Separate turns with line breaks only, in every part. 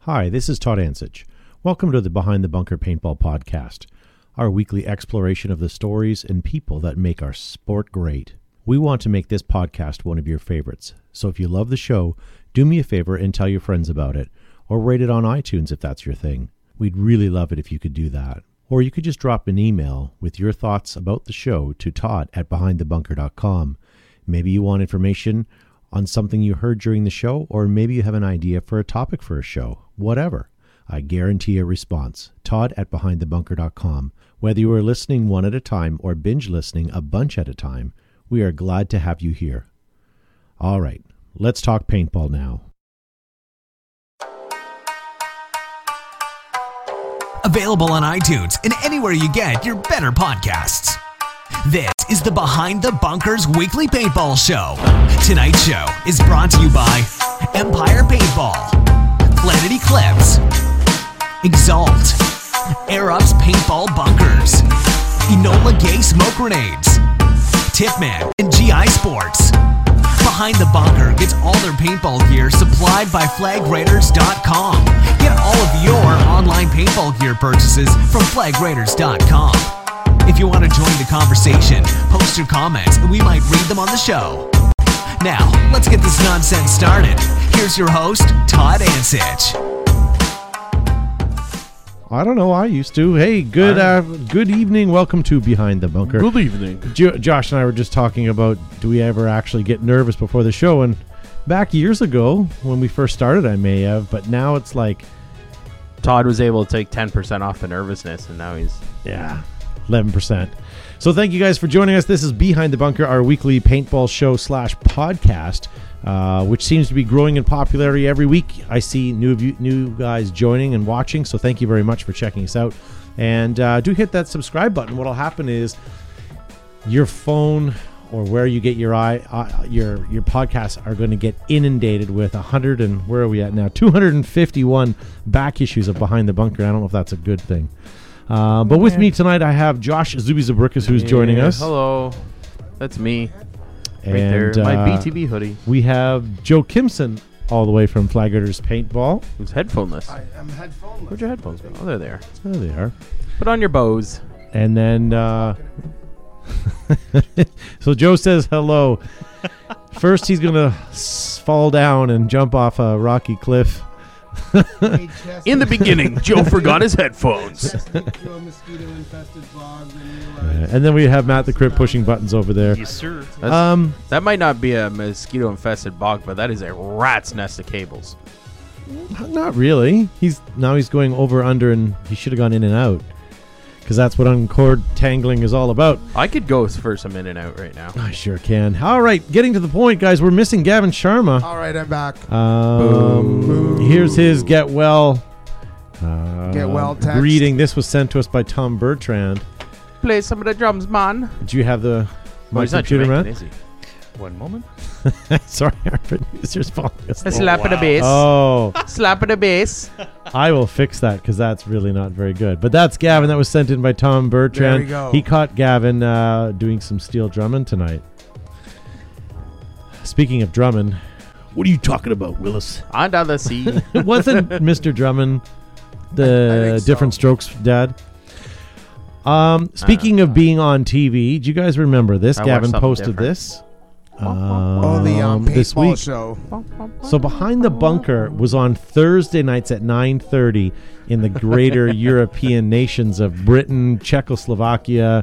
Hi, this is Todd Ansich. Welcome to the Behind the Bunker Paintball Podcast, our weekly exploration of the stories and people that make our sport great. We want to make this podcast one of your favorites, so if you love the show, do me a favor and tell your friends about it, or rate it on iTunes if that's your thing. We'd really love it if you could do that. Or you could just drop an email with your thoughts about the show to Todd at behindthebunker.com. Maybe you want information on something you heard during the show, or maybe you have an idea for a topic for a show. Whatever. I guarantee a response. Todd at behindthebunker.com. Whether you are listening one at a time or binge listening a bunch at a time, we are glad to have you here. All right, let's talk paintball now.
Available on iTunes and anywhere you get your better podcasts. This is the Behind the Bunkers Weekly Paintball Show. Tonight's show is brought to you by Empire Paintball, Planet Eclipse, Exalt, Air Ups Paintball Bunkers, Enola Gay Smoke Grenades, Tipman, and GI Sports. Behind the Bunker gets all their paintball gear supplied by FlagRaiders.com. Get all of your online paintball gear purchases from FlagRaiders.com. If you want to join the conversation, post your comments and we might read them on the show. Now, let's get this nonsense started. Here's your host, Todd Ansich.
I don't know. I used to. Hey, good uh, good evening. Welcome to Behind the Bunker.
Good evening.
Jo- Josh and I were just talking about do we ever actually get nervous before the show? And back years ago when we first started, I may have, but now it's like,
Todd was able to take 10% off the nervousness, and now he's.
yeah, 11%. So thank you guys for joining us. This is Behind the Bunker, our weekly paintball show slash podcast, uh, which seems to be growing in popularity every week. I see new of you, new guys joining and watching, so thank you very much for checking us out. And uh, do hit that subscribe button. What'll happen is your phone or where you get your eye, uh, your your podcasts are going to get inundated with 100 and where are we at now? 251 back issues of Behind the Bunker. I don't know if that's a good thing. Uh, but with me tonight, I have Josh Zuby Zabrickas, who's joining
Yeah,
us.
Hello. That's me. Right
and,
there. My
uh,
BTB hoodie.
We have Joe Kimson, all the way from Flaggers Paintball.
Who's headphoneless.
I'm headphone.
Where'd your headphones go? Oh, they're there.
There they are.
Put on your bows.
And then, uh, so Joe says hello. First, he's going to fall down and jump off a rocky cliff.
In the beginning, Joe forgot his headphones.
through a mosquito infested bog and
Uh,
realized
And then we have Matt the Crip pushing buttons over there.
That's-
Um,
that might not be a mosquito infested bog, but that is a rat's nest of cables.
not really. He's now he's going over under, and he should have gone in and out, because that's what uncord tangling is all about.
I could go for some in and out right now.
I sure can. All right, getting to the point, guys. We're missing Gavin Sharma.
All right, I'm back.
Um, here's his get well. Uh,
Get well text.
Reading. This was sent to us by Tom Bertrand.
Play some of the drums, man.
Do you have the
Well,
my
Oh, he's not
computer
Jamaican,
man?
is he?
One moment.
Sorry, our producer's falling
A
asleep.
slap of the bass.
Oh,
Slap of the bass.
I will fix that because that's really not very good. But that's Gavin. That was sent in by Tom Bertrand.
we go.
He caught Gavin uh, doing some steel drumming tonight. Speaking of drumming, what are you talking about, Willis?
Under the sea.
It wasn't Mr. Drummond the
I think so.
different strokes dad. Um, speaking of being on TV, do you guys remember this?
I watched
Gavin
something
posted
different.
this.
oh, the um,
um, this
paintball
week.
show.
So behind the bunker was on Thursday nights at 9:30 in the greater European nations of Britain, Czechoslovakia,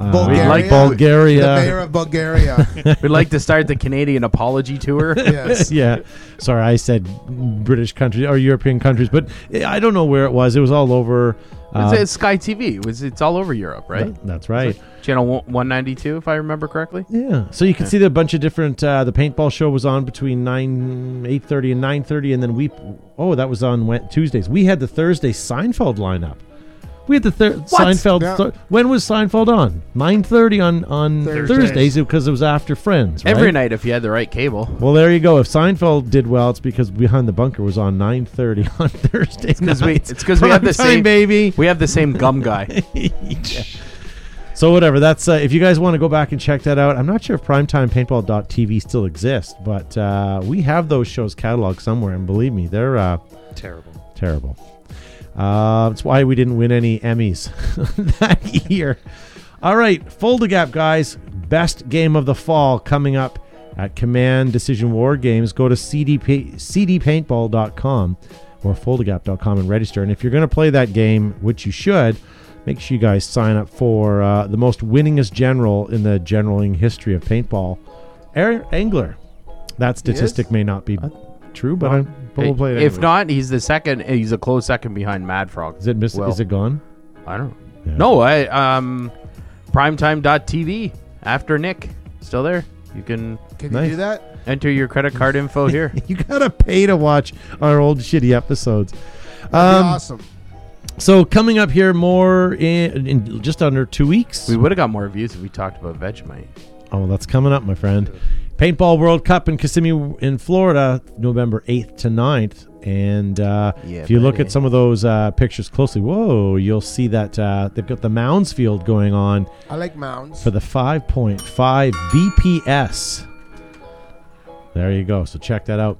uh,
Bulgaria.
Bulgaria.
The mayor of Bulgaria.
We'd like to start the Canadian apology tour.
yes.
yeah. Sorry, I said British countries or European countries, but I don't know where it was. It was all over. uh,
it's, it's Sky TV. It was- it's all over Europe, right?
That's right.
Channel one- 192, if I remember correctly.
Yeah. So you can see that a bunch of different. Uh, the paintball show was on between nine, eight thirty, and nine thirty, and then we. Oh, that was on Wed- Tuesdays. We had the Thursday Seinfeld lineup. We had the thir- Seinfeld.
Yeah.
Thur- when was Seinfeld on? Nine thirty on on
Thursdays.
Thursdays because it was after Friends. Right?
Every night, if you had the right cable.
Well, there you go. If Seinfeld did well, it's because Behind the Bunker was on nine thirty on Thursday.
Because we,
nights.
it's 'cause we have the
Primetime,
same
baby.
We have the same gum guy.
So whatever. That's uh, if you guys want to go back and check that out. I'm not sure if primetimepaintball.tv still exists, but uh, we have those shows cataloged somewhere, and believe me, they're uh,
Terrible.
Terrible. Uh, that's why we didn't win any Emmys that year. All right, Fold a Gap, guys. Best game of the fall coming up at Command Decision War Games. Go to CDP, cdpaintball.com or foldagap.com and register. And if you're going to play that game, which you should, make sure you guys sign up for uh, the most winningest general in the generaling history of paintball, Aaron Angler. That statistic may not be true, but, I'm, but we'll play it
If
anyway.
not, he's the second. He's a close second behind Mad Frog.
Is it miss-
Well,
is it gone?
I don't.
Yeah.
No, I um, primetime.tv after Nick still there. You can
Can
Nice.
you do that?
enter your credit card info here.
You gotta pay to watch our old shitty episodes.
That'd be
Um,
awesome.
so coming up here more in, in just under two weeks.
we would have got more views if we talked about Vegemite.
Oh, that's coming up, my friend. Paintball World Cup in Kissimmee, in Florida, November 8th to 9th. And uh,
Yeah,
if you look
buddy.
at some of those uh, pictures closely, whoa, you'll see that uh, they've got the Mounds Field going on
I like mounds.
for the 5.5 BPS. There you go. So check that out.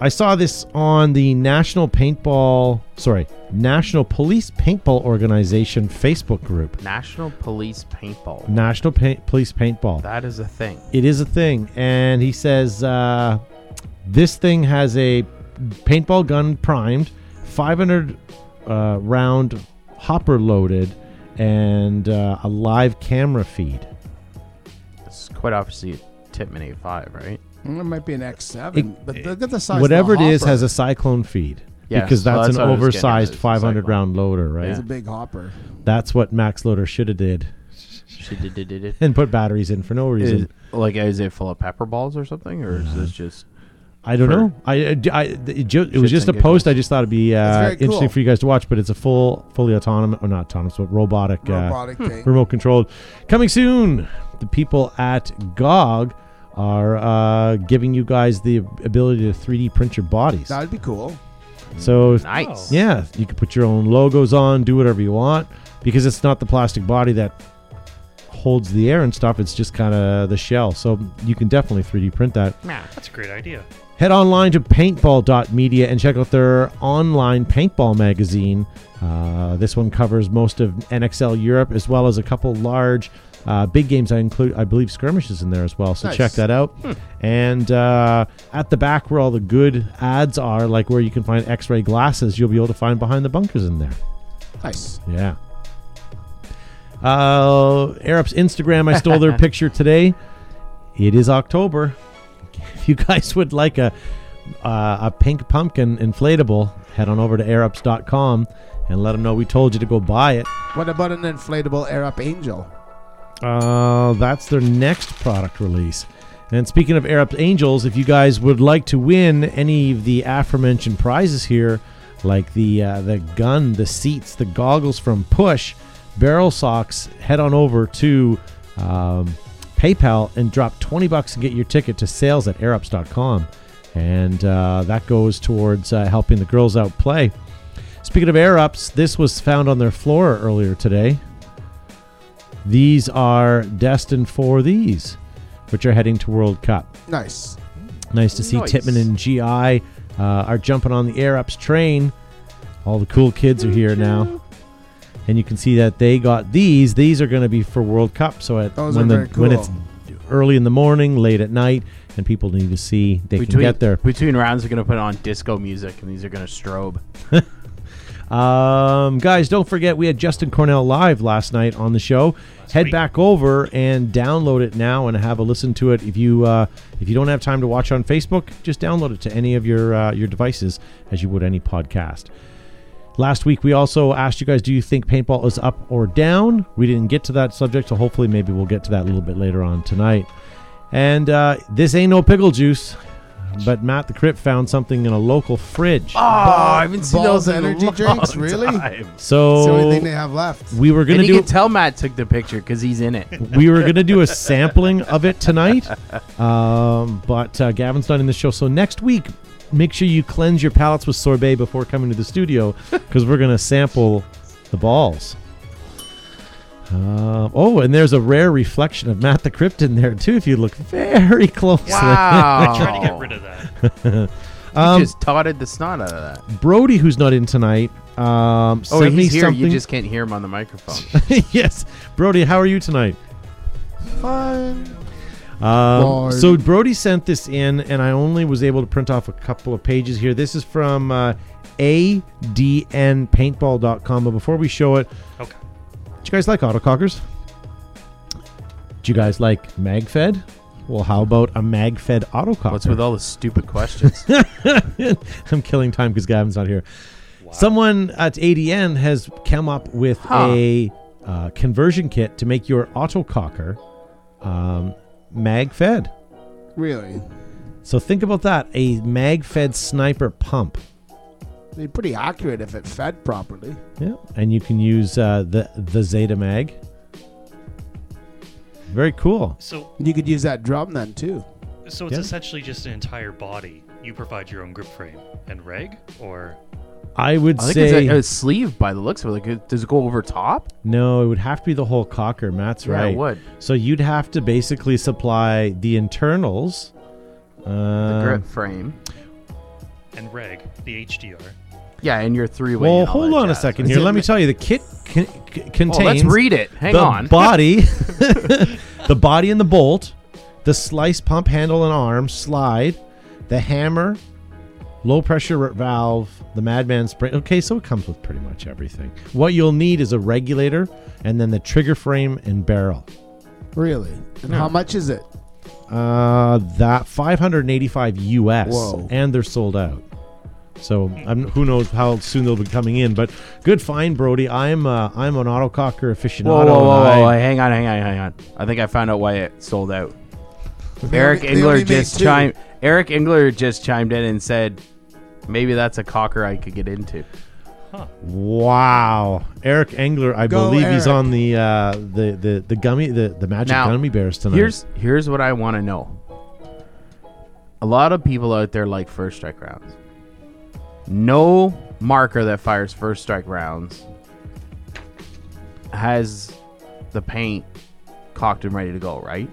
I saw this on the National Paintball, sorry, National Police Paintball Organization Facebook group.
National Police Paintball.
National Paint Police Paintball.
That is a thing.
It is a thing. And he says uh, this thing has a paintball gun primed, 500 uh, round hopper loaded, and uh, a live camera feed.
It's quite obviously a Titman 85, right?
Mm, It might be an X7,
It-
but look at the size.
Whatever
of
it
the
is
hopper.
has a cyclone feed.
Yeah,
because
so
that's,
that's
an
what I was getting at,
oversized
is the
500
cyclone.
round loader, right?
It's a big hopper.
That's what Max Loader should have did,
She did, did, did, did.
and put batteries in for no reason.
Is, like, is it full of pepper balls or something? Or is this just.
I don't
for-
know. I, I, I- it, ju- it was
Shits
just a
and
post. I
giggles.
just thought it'd be uh,
very cool.
interesting for you guys to watch. But it's a full, fully autonomous, or not autonomous, but robotic,
Robotic
uh,
thing.
remote controlled. Coming soon. The people at GOG are uh, giving you guys the ability to 3D print your bodies.
That'd be cool.
so if-
Nice.
Yeah, you can put your own logos on, do whatever you want, because it's not the plastic body that holds the air and stuff. It's just kind of the shell. So you can definitely 3D print that.
That's a great idea.
Head online to paintball.media and check out their online paintball magazine. Uh, this one covers most of NXL Europe as well as a couple large uh, big games. I include, I believe, skirmishes in there as well. So
Nice.
check that out. And uh, at the back, where all the good ads are, like where you can find x ray glasses, you'll be able to find behind the bunkers in there.
Nice.
Yeah. Uh, Arup's Instagram. I stole their picture today. It is October. If you guys would like a uh, a pink pumpkin inflatable, head on over to airups.com and let them know we told you to go buy it.
What about an inflatable air up angel?
Uh, that's their next product release. And speaking of Air Up Angels, if you guys would like to win any of the aforementioned prizes here, like the uh, the gun, the seats, the goggles from Push, barrel socks, head on over to um, PayPal and drop 20 bucks and get your ticket to sales at airups.com. And uh, that goes towards uh, helping the girls out play. Speaking of Air Ups, this was found on their floor earlier today. These are destined for these, which are heading to World Cup.
Nice.
Nice to see
Nice.
Titman and GI uh, are jumping on the Air Ups train. All the cool kids are here now. And you can see that they got these. These are going to be for World Cup. So at,
Those
when,
are
the,
very
when
cool.
it's early in the morning, late at night, and people need to see, they can
Between,
get there.
between rounds, we're going to put on disco music and these are going to strobe.
Um, guys, don't forget we had Justin Cornell live last night on the show. Head
week.
back over and download it now and have a listen to it. If you uh, if you don't have time to watch on Facebook, just download it to any of your uh, your devices as you would any podcast. Last week we also asked you guys, do you think paintball is up or down? We didn't get to that subject, so hopefully maybe we'll get to that a little bit later on tonight. And uh, this ain't no pickle juice, but Matt the Crip found something in a local fridge.
Ah!
Oh, I haven't seen
Balls
those in a
energy
long
drinks, really?
time.
So
It's the only thing they have left.
we were
And
gonna
you
do
can tell Matt took the picture because he's in it.
we were gonna do a sampling of it tonight, um, but uh, Gavin's not in the show. So next week, make sure you cleanse your palates with sorbet before coming to the studio, because we're gonna sample the balls. Uh, oh, and there's a rare reflection of Matt the Crypt in there too. If you look very closely,
Wow.
Trying to get rid of that.
Um,
just totted the snot out of that.
Brody, who's not in tonight, um,
Oh,
sent me
he's here.
something.
You just can't hear him on the microphone.
yes, Brody, how are you tonight?
Fun.
Um,
Lord.
so Brody sent this in, and I only was able to print off a couple of pages here. This is from uh, adnpaintball.com. But before we show it,
Okay.
do you guys like autocockers? Do you guys like MagFed? Well, how about a MagFed autococker?
What's with all the stupid questions?
I'm killing time because Gavin's not here. Someone at ADN has come up with a uh, conversion kit to make your autococker um, mag fed.
Really?
So think about that a mag fed sniper pump.
They're pretty accurate if it fed properly.
Yeah. And you can use uh, the, the Zeta mag. Very cool.
So,
You could use that drum then too.
so it's
Yeah.
essentially just an entire body. You provide your own grip frame and reg, or
I would
I think
say
it's a, a sleeve by the looks of it. Like, it- does it go over top?
no, it would have to be the whole cocker. Matt's
Yeah, it
right.
would.
So you'd have to basically supply the internals.
The
Um,
grip frame.
and reg the HDR.
Yeah, and your three way.
Well, hold on a second here. Let me tell you, the kit con- c- contains.
Well, Oh, let's read it. Hang
the
on.
body, the body and the bolt, the slice pump handle and arm slide, the hammer, low pressure valve, the madman spring. Okay, so it comes with pretty much everything. What you'll need is a regulator, and then the trigger frame and barrel.
Really? And how much is it?
Uh, that 585 US,
Whoa.
and they're sold out. So I'm, who knows how soon they'll be coming in, but good find, Brody. I'm uh, I'm an autococker aficionado.
Whoa, whoa, whoa,
and
whoa,
I-
Hang on, hang on, hang on. I think I found out why it sold out. Eric
only- they
Engler
only made
just
two.
chimed. Eric Engler just chimed in and said, "Maybe that's a cocker I could get into."
Wow, Eric Engler. I
Go,
believe he's
Eric.
on the uh, the the the gummy the the magic
Now,
gummy bears tonight.
Here's here's what I want to know. A lot of people out there like first strike rounds. No marker that fires first strike rounds has the paint cocked and ready to go, right?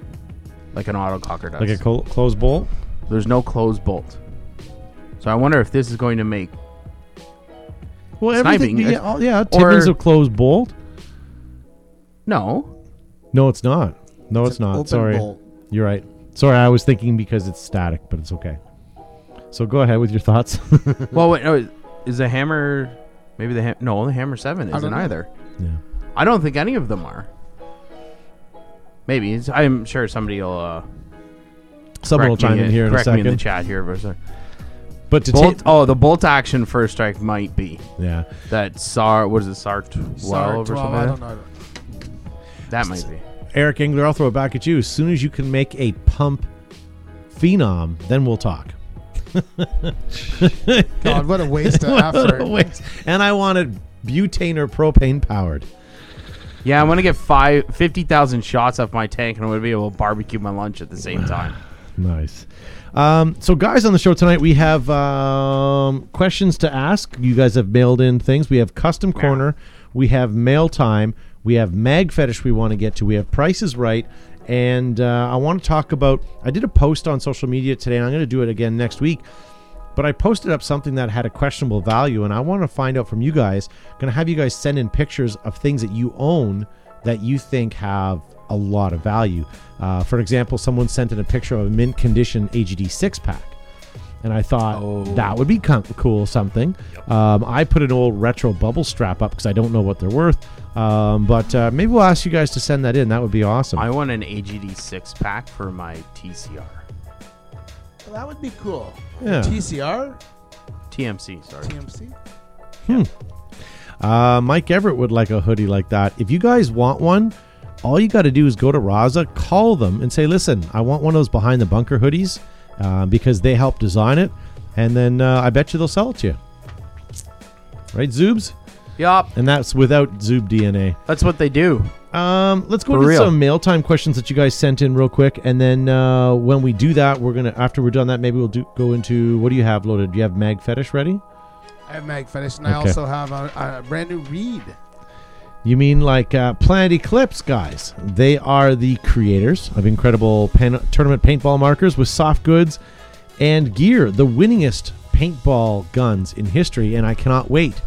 Like an auto cocker does.
like a col- closed bolt.
There's no closed bolt. So I wonder if this is going to make
Well,
Sniping,
everything. Yeah,
uh,
all, yeah
or-
Tippin's a closed bolt.
no.
No, it's not. No, it's,
an
not.
open
Sorry,
bolt.
you're right. Sorry, I was thinking because it's static, but it's okay. So go ahead with your thoughts.
well, wait, no. Is the hammer? Maybe the ham- no, the hammer seven
I
isn't
don't know.
either.
yeah.
I don't think any of them are. Maybe it's, I'm sure somebody will. Uh,
Someone will
correct me
chime in here in a
correct me in the
second.
chat here. for a sec.
But to
Bolt,
take,
oh, the bolt action first strike might be
yeah,
that SAR. What is it, SAR twelve
Sorry,
or
12,
something?
I
like
don't
that?
know.
That might be.
Eric Engler, I'll throw it back at you. As soon as you can make a pump phenom, then we'll talk.
God, what a waste of effort.
Wait, and I want it butane or propane powered.
Yeah, I'm gonna get five fifty thousand shots off my tank, and I'm gonna be able to barbecue my lunch at the same time.
Nice. Um, so, guys, on the show tonight, we have um, questions to ask. You guys have mailed in things. We have Custom Corner. We have Mail Time. We have Mag Fetish we want to get to. We have Prices Right. And uh, I want to talk about. I did a post on social media today, and I'm going to do it again next week. But I posted up something that had a questionable value, and I want to find out from you guys. going to have you guys send in pictures of things that you own that you think have a lot of value. Uh, for example, someone sent in a picture of a mint condition AGD six pack, and I thought that would be com- cool something. Um, I put an old retro bubble strap up because I don't know what they're worth, um, but uh, maybe we'll ask you guys to send that in. That would be awesome.
I want an AGD six pack for my TCR,
Well, that would be cool.
Yeah.
TCR?
TMC. Sorry.
TMC?
Uh, Mike Everett would like a hoodie like that. If you guys want one, all you got to do is go to Raza, call them, and say, "Listen, I want one of those behind the bunker hoodies uh, because they helped design it," and then uh, I bet you they'll sell it to you. Right, Zoobs,
Yup,
and that's without Zoob DNA.
that's what they do.
Um, let's go
For
to
real.
some mail time questions that you guys sent in real quick, and then uh, when we do that, we're gonna after we're done that, maybe we'll do go into what do you have loaded? Do you have Mag Fetish ready?
I have Mag Fetish, and I
Okay.
also have a, a brand new read.
You mean like uh, Planet Eclipse guys? They are the creators of incredible pan- tournament paintball markers with soft goods and gear. The winningest paintball guns in history, and I cannot wait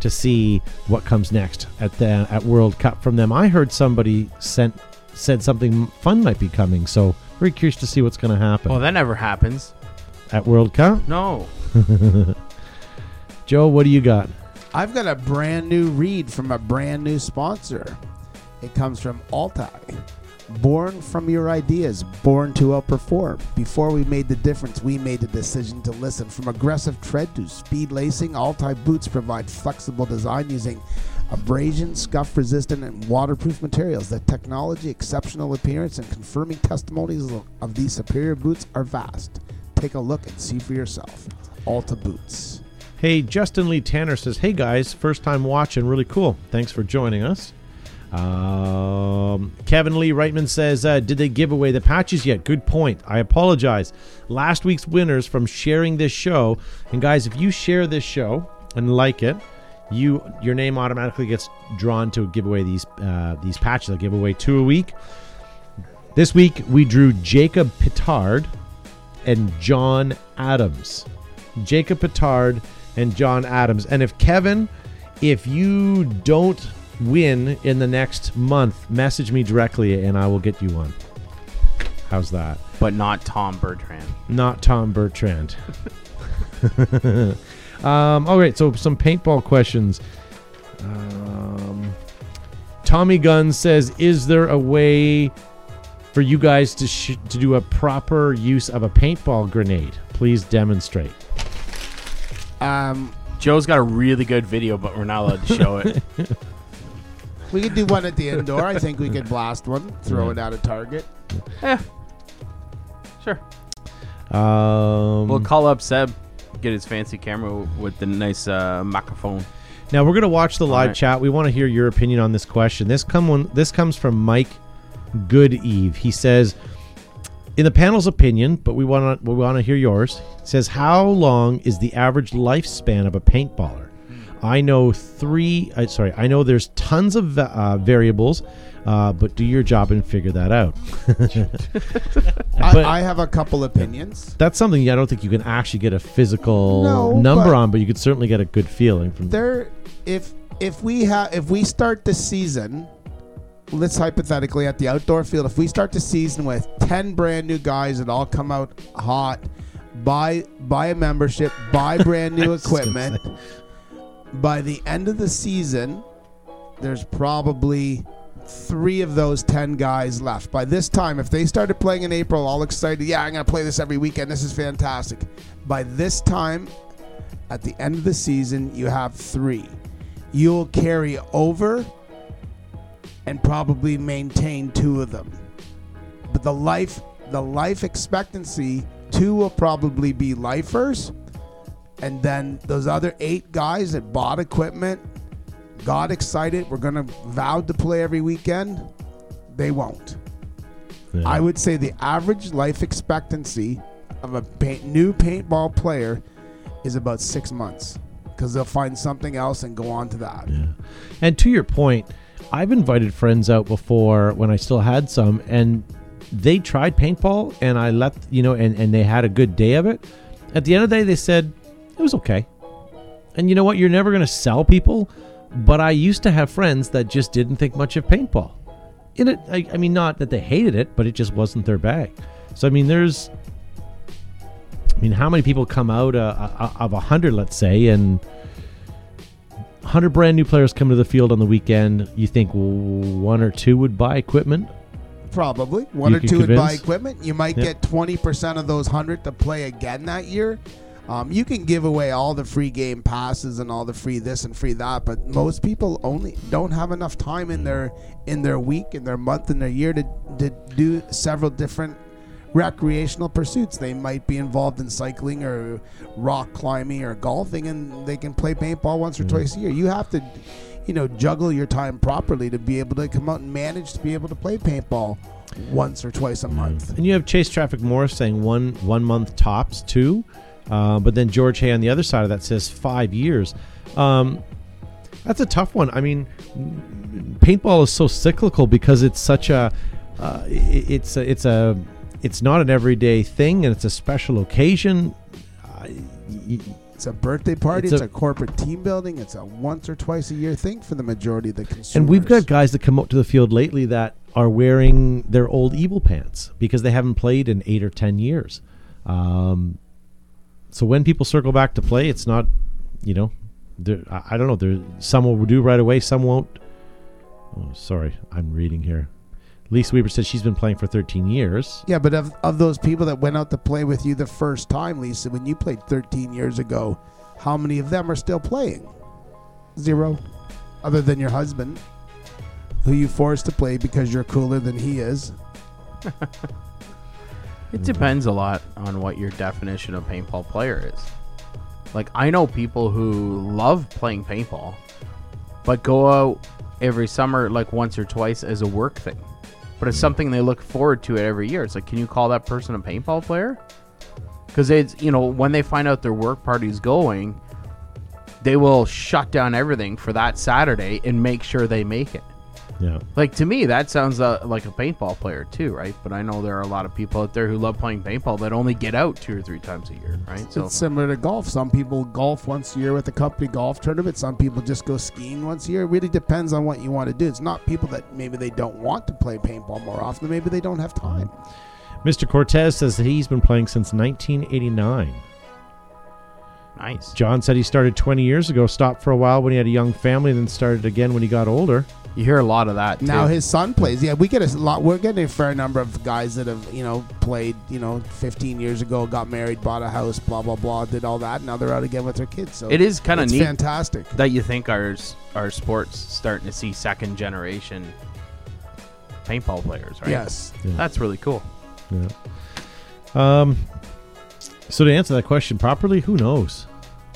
to see what comes next at the at World Cup from them. I heard somebody sent said something fun might be coming, so very curious to see what's going to happen
Well, that never happens.
at World Cup.
No.
Joe, what do you got?
I've got a brand new read from a brand new sponsor. It comes from Altai. Born from your ideas, born to outperform. Before we made the difference, we made the decision to listen. From aggressive tread to speed lacing, Altai boots provide flexible design using abrasion, scuff resistant, and waterproof materials. The technology, exceptional appearance, and confirming testimonies of these superior boots are vast. Take a look and see for yourself. Alta Boots.
Hey, Justin Lee Tanner says, "Hey guys, first time watching, really cool. Thanks for joining us." Um, Kevin Lee Reitman says, uh, "Did they give away the patches yet? Good point. I apologize. Last week's winners from sharing this show, and guys, if you share this show and like it, you your name automatically gets drawn to give away these uh, these patches. I give away two a week. This week we drew Jacob Pitard and John Adams." Jacob Petard, and John Adams. And if Kevin, if you don't win in the next month, message me directly and I will get you one. How's that?
But not Tom Bertrand.
Not Tom Bertrand. um, all right, so some paintball questions. Um, Tommy Gunn says, "Is there a way for you guys to sh- to do a proper use of a paintball grenade? Please demonstrate."
Um,
Joe's got a really good video, but we're not allowed to show it.
We could do one at the indoor. I think we could blast one, throw it at a target.
sure.
Um,
We'll call up Seb, get his fancy camera w- with the nice uh, microphone.
Now we're gonna watch the live
right.
chat. We want to hear your opinion on this question. This come one, this comes from Mike Goodeve. He says, in the panel's opinion, but we want to we want to hear yours. Says, how long is the average lifespan of a paintballer? I know three. I, sorry, I know there's tons of va- uh, variables, uh, but do your job and figure that out. But-
I, I have a couple opinions.
That's something I don't think you can actually get a physical
No,
number
but-
on, but you could certainly get a good feeling from.
There, if if we have if we start the season, let's hypothetically at the outdoor field, if we start the season with ten brand new guys that all come out hot, buy buy a membership, buy brand new
gonna
equipment. By the end of the season, there's probably three of those 10 guys left. By this time, if they started playing in April, all excited, yeah, I'm going to play this every weekend. This is fantastic. By this time, at the end of the season, you have three. You'll carry over and probably maintain two of them. But the life, the life expectancy, two will probably be lifers. And then those other eight guys that bought equipment, got excited, we're going to vow to play every weekend, they won't.
Yeah.
I would say the average life expectancy of a paint, new paintball player is about six months because they'll find something else and go on to that.
And to your point, I've invited friends out before when I still had some, and they tried paintball, and I let you know, and, and they had a good day of it. At the end of the day, they said it was okay. And you know what? You're never going to sell people, but I used to have friends that just didn't think much of paintball. In it, I, I mean, not that they hated it, but it just wasn't their bag. So I mean, there's, I mean, how many people come out uh, uh, of a hundred, let's say, and 100 brand new players come to the field on the weekend. You think one or two would buy equipment?
Probably one
You
or
can
two would buy
convince?
equipment. You might
Yeah.
get twenty percent of those hundred to play again that year. Um, you can give away all the free game passes and all the free this and free that, but most people only don't have enough time
Mm.
in their in their week, in their month, in their year to to do several different recreational pursuits. They might be involved in cycling or rock climbing or golfing, and they can play paintball once or
Mm-hmm.
twice a year. You have to, you know, juggle your time properly to be able to come out and manage to be able to play paintball once or twice a month.
And you have Chase Traffic Morris saying one one month tops two, uh, but then George Hay on the other side of that says five years. Um, that's a tough one. I mean, paintball is so cyclical because it's such a uh, i- it's a, it's a it's not an everyday thing and it's a special occasion. I- y-
It's a birthday party.
It's
It's,
a-
a, corporate team building. It's a once or twice a year thing for the majority of the consumers.
And we've got guys that come up to the field lately that are wearing their old evil pants because they haven't played in eight or ten years. Um, so when people circle back to play, it's not, you know, there. I I don't know. There, some will do right away. Some won't. Oh, sorry, I'm reading here. Lisa Weaver says she's been playing for 13 years.
Yeah, but of, of those people that went out to play with you the first time, Lisa, when you played 13 years ago, how many of them are still playing? Zero. Other than your husband, who you forced to play because you're cooler than he is.
It depends a lot on what your definition of paintball player is. Like I know people who love playing paintball, but go out every summer like once or twice as a work thing. But it's something they look forward to it every year. It's like, can you call that person a paintball player? Because it's you know when they find out their work party's going, they will shut down everything for that Saturday and make sure they make it.
Yeah.
Like to me, that sounds uh, like a paintball player too, right? But I know there are a lot of people out there who love playing paintball that only get out two or three times a year, right? So
It's similar to golf. Some people golf once a year with a company golf tournament. Some people just go skiing once a year. It really depends on what you want to do. It's not people that maybe they don't want to play paintball more often. Maybe they don't have time.
Mr. Cortez says that he's been playing since 1989.
nice.
John said he started 20 years ago, stopped for a while when he had a young family, and then started again when he got older.
You hear a lot of that. Too.
Now his son plays. Yeah, we get a lot. We're getting a fair number of guys that have you know played you know 15 years ago, got married, bought a house, blah blah blah, did all that. Now they're out again with their kids. So
It is kinda
it's
neat.
Fantastic.
that you think our s- our sports starting to see second generation paintball players, right?
Yes.
that's really cool.
Yeah. Um. So to answer that question properly, who knows?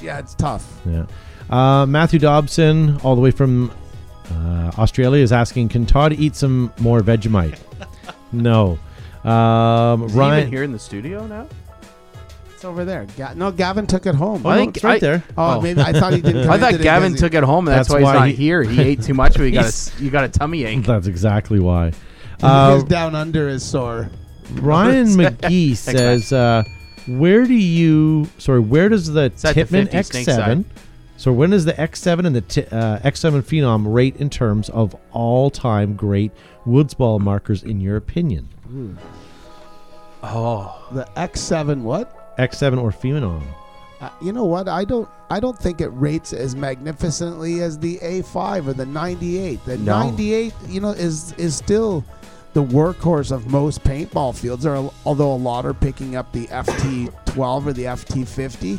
Yeah, it's tough.
Yeah. Uh, Matthew Dobson, all the way from uh, Australia, is asking, "Can Todd eat some more Vegemite?" no. Um,
Is he
Ryan.
even here in the studio now?
It's over there. Ga- no, Gavin took it home.
Oh,
I
no,
think
it's right
I-
there.
Oh,
Oh.
maybe I thought he didn't. Come
I
in
thought
today
Gavin
'cause he-
took it home. That's,
That's
why,
why
he's
he-
not here. He ate too much. We got a,
He's-
s- you got a tummy ache.
That's exactly why.
his
Um,
Uh,
down under is sore.
Ryan McGee says, uh, "Where do you? Sorry, where does the
that the
Titman
50 snake
X7? So when does the X7 and the Ti- uh, X7 Phenom rate in terms of all-time great Woods Ball markers, in your opinion?
oh,
The X7 what?
X7 or Phenom?
Uh, you know what? I don't. I don't think it rates as magnificently as the A5 or the 98. The
No.
98, you know, is is still the workhorse of most paintball fields. Are although a lot are picking up the FT12 or the FT50.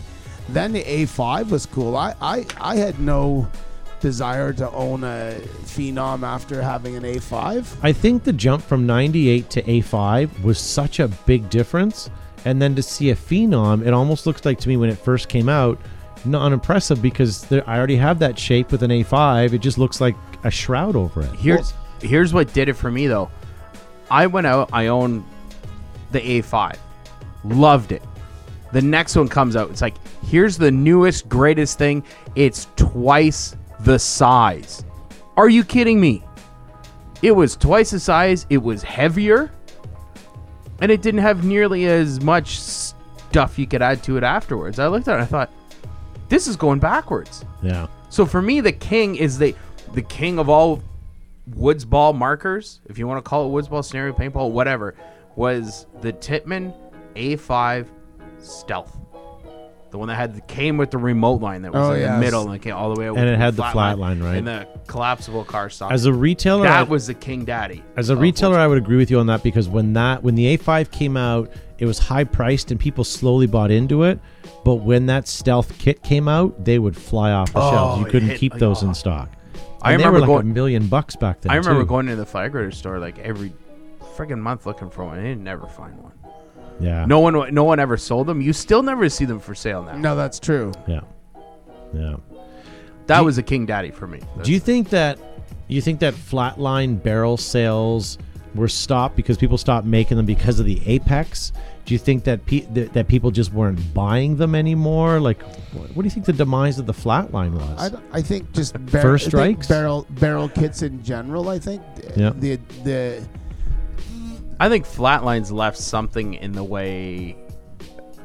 Then the A5 was cool. I I, I had no desire to own a Phenom after having an A5.
I think the jump from 98 to A5 was such a big difference, and then to see a Phenom, it almost looks like to me when it first came out." Not unimpressive because there, I already have that shape with an A5. It just looks like a shroud over it.
Here's here's what did it for me though. I went out, I owned the A5. Loved it. The next one comes out. It's like, here's the newest, greatest thing. It's twice the size. Are you kidding me? It was twice the size, it was heavier, and it didn't have nearly as much stuff you could add to it afterwards. I looked at it and I thought, this is going backwards.
Yeah.
So for me, the king is the the king of all woods ball markers, if you want to call it woods ball, scenario, paintball, whatever, was the Titman A5 Stealth, the one that had came with the remote line that was
Oh,
in the
yes.
middle and it came all the way out,
And
with
it had the flat line, right?
And the collapsible car stop.
As a retailer, I-
that was the king daddy.
As a
of
retailer,
woods-
I would agree with you on that because when that when the A5 came out, it was high priced and people slowly bought into it. But when that stealth kit came out, they would fly off the shelves. You
it
couldn't
hit
keep
like-
those
oh.
in stock.
I
And they were
remember
like a
going-
million bucks back then.
I remember
too.
going to the fire store like every freaking month looking for one. I didn't never find one.
Yeah.
No one, no one ever sold them. You still never see them for sale now.
No, that's true.
Yeah. Yeah.
That
Do-
was a king daddy for me.
Do you think that you think that flatline barrel sales were stopped because people stopped making them because of the apex? Do you think that pe- that, that people just weren't buying them anymore? Like, what, what do you think the demise of the flatline was?
I, don't- I think just bar-
First
I think
strikes?
barrel barrel kits in general. I think
Yeah.
the the
I think Flatline's left something in the way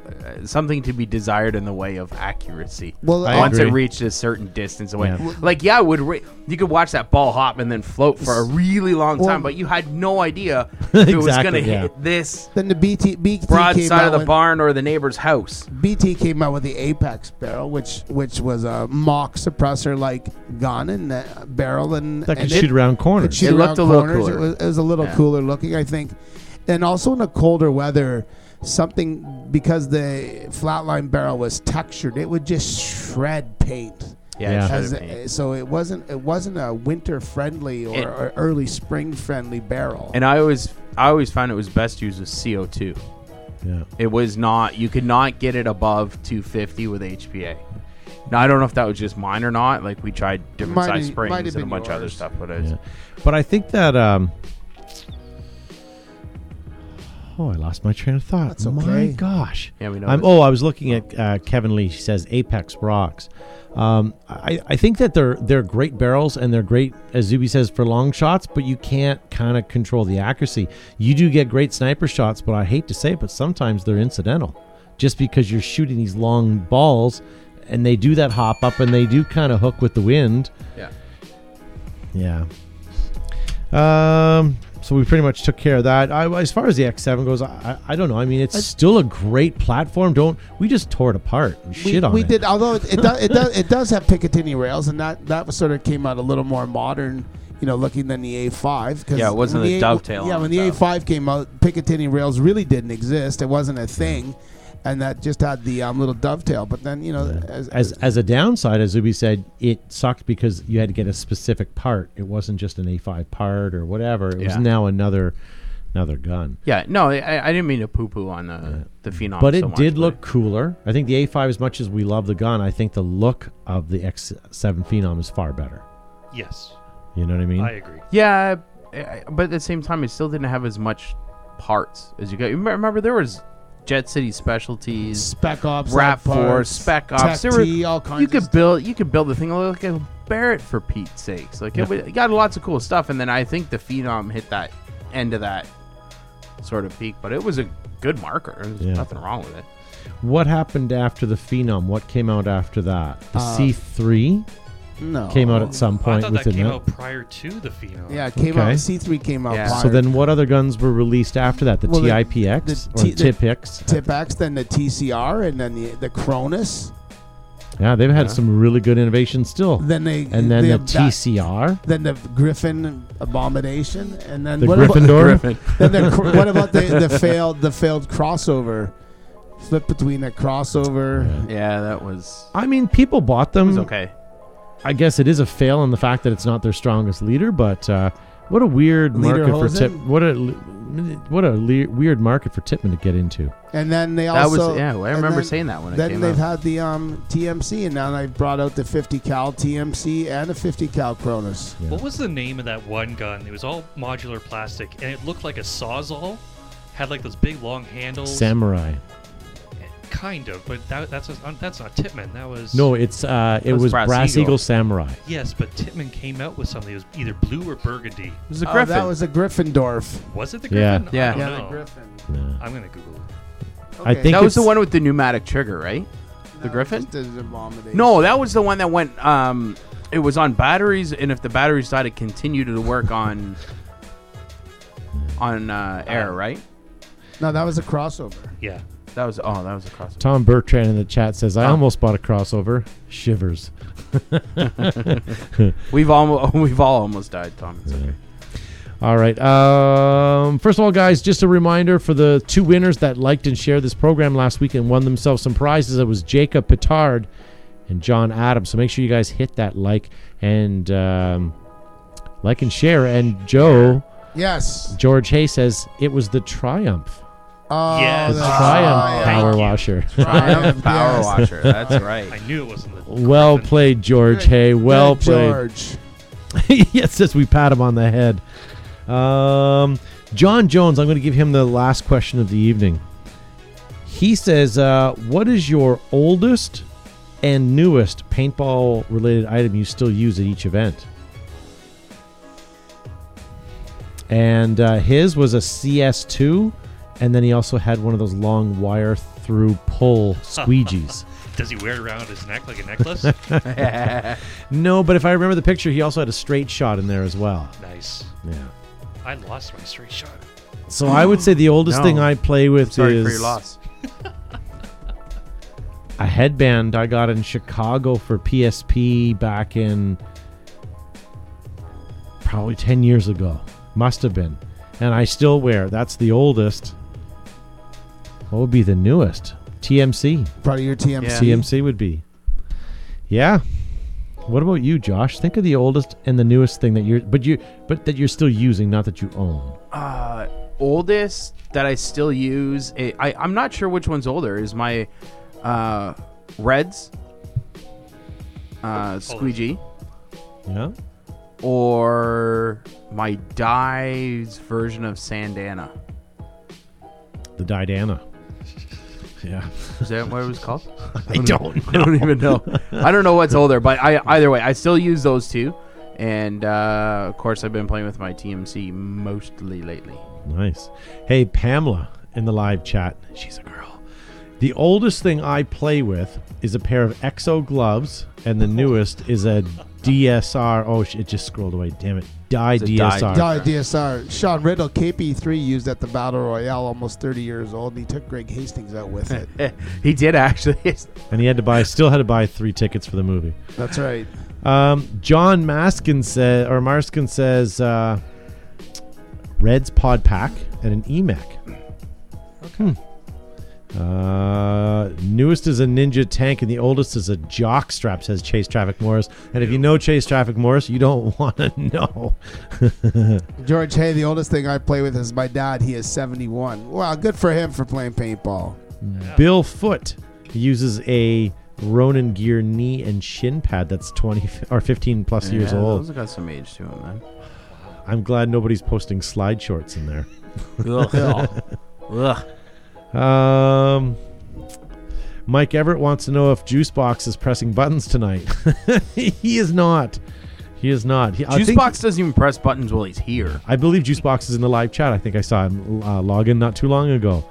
uh, something to be desired in the way of accuracy.
Well, I
once it
agree.
reached a certain distance away,
Yeah.
like yeah, would re- you could watch that ball hop and then float for a really long
Well-
time, but you had no idea if it was going to
Exactly, yeah.
hit this
Then the BT, BT
broad
came
side
out
of the
with-
barn or the neighbor's house.
BT came out with the Apex barrel, which which was a mock suppressor like gun and uh, barrel, and
That could
and
shoot around
could
corners.
shoot
It looked
around
a little
corners.
cooler.
It was, it was a little
Yeah.
cooler looking, I think, and also in the colder weather, something because the flatline barrel was textured, it would just shred paint.
Yeah.
it
As
should've
a-
been.
so it wasn't it wasn't a winter friendly or,
It-
or early spring friendly barrel.
and I always I always found it was best used with CO two.
Yeah.
It was not. You could not get it above 250 with HPA. Now I don't know if that was just mine or not. Like we tried different
Might
size
have- might have
springs and a
been
bunch of other
yours.
stuff, but it was,
Yeah. But I think that um Oh, I lost my train of thought.
That's
My
okay.
gosh.
Yeah, we know
I'm,
this.
oh, I was looking at uh, Kevin Lee. She says Apex rocks. Um, I, I think that they're they're great barrels and they're great, as Zuby says, for long shots. But you can't kind of control the accuracy. You do get great sniper shots, but I hate to say it, but sometimes they're incidental, just because you're shooting these long balls, and they do that hop up and they do kind of hook with the wind.
yeah.
Yeah. Um. So we pretty much took care of that. I, as far as the X7 goes, I, I I don't know. I mean, it's still a great platform. Don't we just tore it apart? And
we,
shit on
we
it.
did although it, it does it does it does have Picatinny rails and that that was sort of came out a little more modern you know looking than the A5 cause
Yeah, it wasn't
when
the dovetail
yeah
on
when
it,
the
though.
A5 came out Picatinny rails really didn't exist it wasn't a thing and that just had the um, little dovetail but then you know as,
As as a downside, as Zuby said, it sucked because you had to get a specific part. It wasn't just an A5 part or whatever. It was
Yeah.
now another another gun.
Yeah. No, I, I didn't mean to poo poo on the the phenom.
But it
so much,
did look cooler. I think the A5, as much as we love the gun, I think the look of the X7 Phenom is far better.
Yes,
You know what I mean?
I agree.
Yeah, I- I- but at the same time, it still didn't have as much parts as you got. Remember, remember there was Jet City Specialties,
Spec Ops
Rap
Ops,
Force, Spec Ops.
Tech
there were-
T, all kinds
you
of
could
stuff.
build you could build the thing like a Barrett for Pete's sakes. Like it, wa- it got lots of cool stuff, and then I think the Phenom hit that end of that sort of peak, but it was a good marker. There's
Yeah.
nothing wrong with it.
What happened after the Phenom? What came out after that? The
Uh,
C3
no
came out at some
I
point
thought that
within
came
that.
out prior to the Phenom.
yeah it came
Okay.
out C3 came out
Yeah. So
So
prior.
then, what other guns were released after that? The
Well, the-
TIPX
the T-
or
the-
TIPX?
Tip X then the TCR and then the the Cronus
yeah, they've had some really good innovations still.
then they
and then
they
the
have that-
TCR,
then the Griffin abomination, and then
the
what
Gryffindor.
About, then the, cr- what about the, the failed the failed crossover flip between a crossover?
Yeah, that was,
I mean, people bought
it
them.
was okay.
I guess it is a fail in the fact that it's not their strongest leader, but uh, what a weird market for
Lederhosen?
Tip. What a what a le- weird market for Tipman to get into.
And then they
That
also
was yeah. I
and
remember
then-
saying that when it
Then
came
they've
out.
had the um, TMC, and now they've brought out the 50 cal TMC and a 50 cal Cronus.
What was the name of that one gun? It was all modular plastic, and it looked like a sawzall. Had like those big long handles.
Samurai.
Kind of, but that, that's that's not Titman. That was
No, it's uh, it
That's
was
Brass
Brass,
Eagle.
Eagle. Samurai.
Yes, but Titman came out with something. It was either blue or burgundy.
it was a
Oh,
Griffin. Oh,
that was a Gryffindorf.
Was it the
Yeah.
Griffin?
Yeah.
I don't
Yeah,
know.
the Griffin.
Yeah.
I'm gonna Google it.
I
Okay.
think
That was the
it's-
one with the pneumatic trigger, right? The Griffin.
Just an abomination.
No, that was the one that went. Um, it was on batteries, and if the batteries died, it continued to work on on uh, air. Right?
no, that was a crossover.
Yeah.
That was oh, that was a crossover.
Tom Bertrand in the chat says, "I
Oh.
almost bought a crossover." Shivers.
We've almost we've all almost died, Tom. It's okay.
All right. Um, first of all, guys, just a reminder for the two winners that liked and shared this program last week and won themselves some prizes. It was Jacob Petard and John Adams. So make sure you guys hit that like and um, like and share. And Joe
Yes.
George Hay says it was the Triumph.
Oh,
Yes.
The
that's-
Triumph
oh, yeah.
Power
you.
Washer.
Triumph Power
Yes.
Washer. That's
I
right.
knew it wasn't the.
Well
Griffin.
played, George Hay. Well
Good
played.
George.
yes, says we pat him on the head. Um, John Jones, I'm going to give him the last question of the evening. He says, uh, "What is your oldest and newest paintball-related item you still use at each event?" And uh, his was a CS2, and then he also had one of those long wire through pull squeegees.
Does he wear it around his neck like a necklace?
no, but if I remember the picture, he also had a straight shot in there as well.
nice.
Yeah.
I lost my straight shot.
So I would say the oldest
No.
thing I play with
Sorry
is
for your loss.
a headband I got in Chicago for PSP back in probably 10 years ago. Must have been. And I still wear. it. That's the oldest. What would be the newest? TMC.
Part of your TMC.
Yeah.
TMC would be. Yeah. What about you, Josh? Think of the oldest and the newest thing that you're but you but that you're still using, not that you own.
Uh, oldest that I still use. eh, I I'm not sure which one's older. Is my uh, Reds uh, squeegee
Yeah.
or my Dives version of Sandana?
The Didana. Yeah.
Is that what it was called?
I don't
I don't even know. I don't know what's older, but I either way, I still use those two. And uh, of course, I've been playing with my TMC mostly lately.
Nice. Hey, Pamela in the live chat. She's a girl. The oldest thing I play with is a pair of EXO gloves, and the newest is a DSR. Oh, sh- it just scrolled away. Damn it. Die
a die.
DSR.
Dollar DSR. Sean Riddle, KP3 used at the Battle Royale, almost 30 years old, and he took Greg Hastings out with it.
Eh, he did actually.
And he had to buy, still had to buy three tickets for the movie.
That's right.
Um, John Maskin says, or Marskin says, uh, Reds Pod Pack and an EMAC. Okay. Uh, newest is a Ninja Tank, and the oldest is a Jock Strap, says Chase Traffic Morris. And if you know Chase Traffic Morris, you don't want to know.
George Hay, the oldest thing I play with is my dad. He is 71. Wow, good for him for playing paintball.
Bill Foot uses a Ronin Gear knee and shin pad that's 20 or 15 plus years
Yeah,
old.
Those got some age to him, man.
I'm glad nobody's posting slide shorts in there.
Ugh. Ugh.
Um, Mike Everett wants to know if Juicebox is pressing buttons tonight. he is not. He is not. He, I, think-
Juicebox doesn't even press buttons while he's here.
I believe Juicebox is in the live chat. I think I saw him uh, log in not too long ago.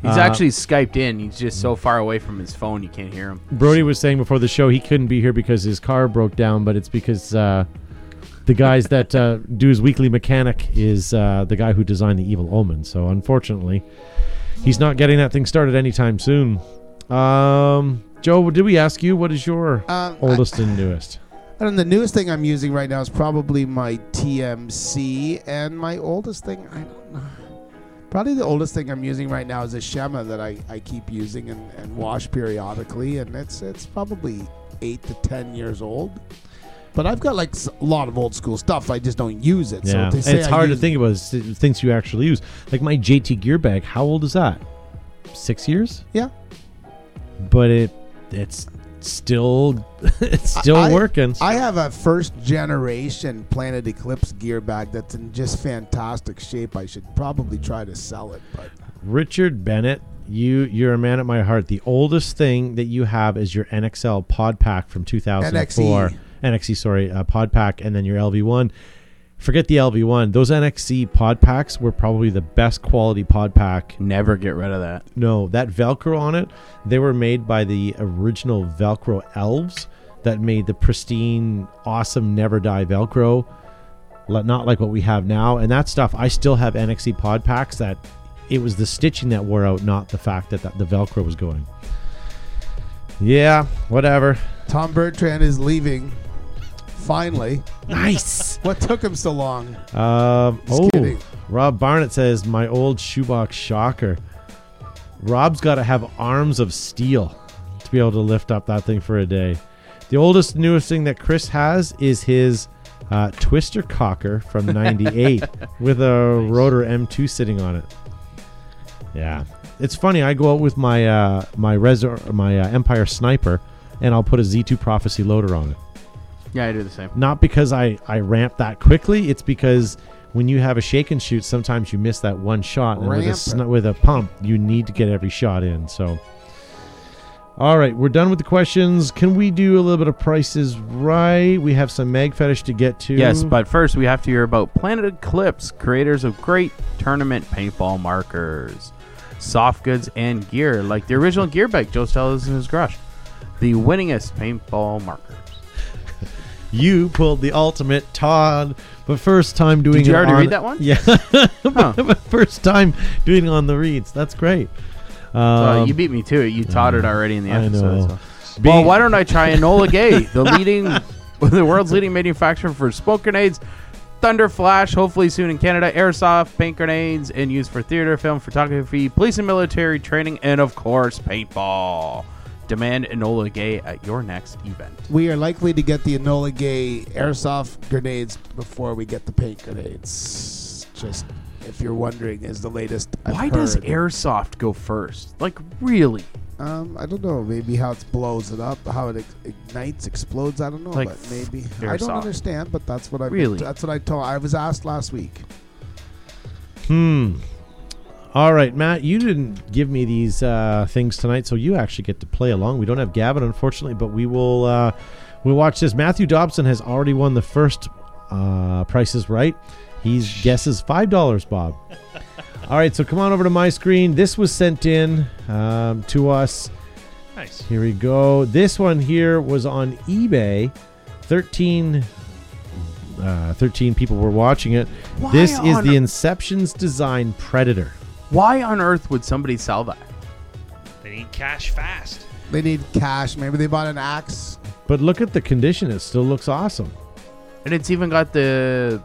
He's
Uh,
actually Skyped in. He's just so far away from his phone you can't hear him.
Brody was saying before the show he couldn't be here because his car broke down, but it's because uh, the guys that uh, do his weekly mechanic is uh, the guy who designed the Evil Omen. So unfortunately, he's not getting that thing started anytime soon. Um, Joe, did we ask you what is your
Um,
oldest and newest?
And then the newest thing I'm using right now is probably my TMC, and my oldest thing I don't know. Probably the oldest thing I'm using right now is a Shema that I, I keep using and, and wash periodically, and it's it's probably eight to ten years old. But I've got like s- a lot of old school stuff. I just don't use it. So
Yeah,
if they
And
say
it's
I
hard to
use-
think about s- things you actually use. Like my JT gear bag, how old is that? Six years,
Yeah,
but it it's still it's still
I-
working.
I have a first generation Planet Eclipse gear bag that's in just fantastic shape. I should probably try to sell it, but
Richard Bennett, you you're a man at my heart. The oldest thing that you have is your NXL pod pack from 2004.
NXE.
NXE, sorry, uh, pod pack, and then your LV1. Forget the LV1. Those NXE pod packs were probably the best quality pod pack.
Never get rid of that.
No, that Velcro on it, they were made by the original Velcro elves that made the pristine, awesome, never die Velcro. Li- Not like what we have now. And that stuff, I still have NXE pod packs that it was the stitching that wore out, not the fact that, that the Velcro was going. Yeah, whatever.
Tom Bertrand is leaving. Finally.
Nice.
What took him so long?
Um, oh,
kidding.
Rob Barnett says, my old shoebox shocker. Rob's got to have arms of steel to be able to lift up that thing for a day. The oldest, newest thing that Chris has is his uh, Twister Cocker from 98 with a rotor M2 sitting on it. Yeah. It's funny. I go out with my uh, my Resor, my uh, Empire Sniper, and I'll put a Z2 Prophecy loader on it
Yeah, I do the same.
not because I, I ramp that quickly. It's because when you have a shake and shoot, sometimes you miss that one shot. And with a,
Ramp
sn-
it.
with a pump, you need to get every shot in. So, all right, we're done with the questions. Can we do a little bit of prices right? We have some mag fetish to get to.
Yes, but first we have to hear about Planet Eclipse, creators of great tournament paintball markers. soft goods, and gear, like the original gear bike Joe Stella is in his garage. The winningest paintball markers.
You pulled the ultimate, Todd. But first time doing
Did you
it
already
on-
read that one?
Yeah,
Huh.
but first time doing it on the reads. That's great. Um,
Well, Uh, you beat me to it. You tottered already in the
I
episode.
know.
so.
Being-
well, why don't I try Enola Gay, the leading, the world's leading manufacturer for smoke grenades, thunder flash, hopefully soon in Canada, airsoft, paint grenades, and used for theater, film, photography, police and military training, and of course paintball. Demand Enola Gay at your next event.
We are likely to get the Enola Gay airsoft grenades before we get the paint grenades. Just if you're wondering, is the latest. I've
Why does
heard.
airsoft go first? Like really?
Um, I don't know. Maybe how it blows it up, how it ex- ignites, explodes. I don't know.
Like
but maybe
f-
I don't
airsoft.
understand. But that's what I
Really?
That's what I told. I was asked last week.
Hmm. All right, Matt, you didn't give me these uh, things tonight, so you actually get to play along. We don't have Gavin, unfortunately, but we will. Uh, we watch this. Matthew Dobson has already won the first uh, Price is Right. He guesses five dollars, Bob. All right, so come on over to my screen. This was sent in um, to us.
Nice.
Here we go. This one here was on eBay. 13, uh, 13 people were watching it.
Why
this is
on
the
ear-
Inception's design Predator.
Why on earth would somebody sell that?
They need cash fast.
They need cash. Maybe they bought an axe.
But look at the condition; it still looks awesome.
And it's even got the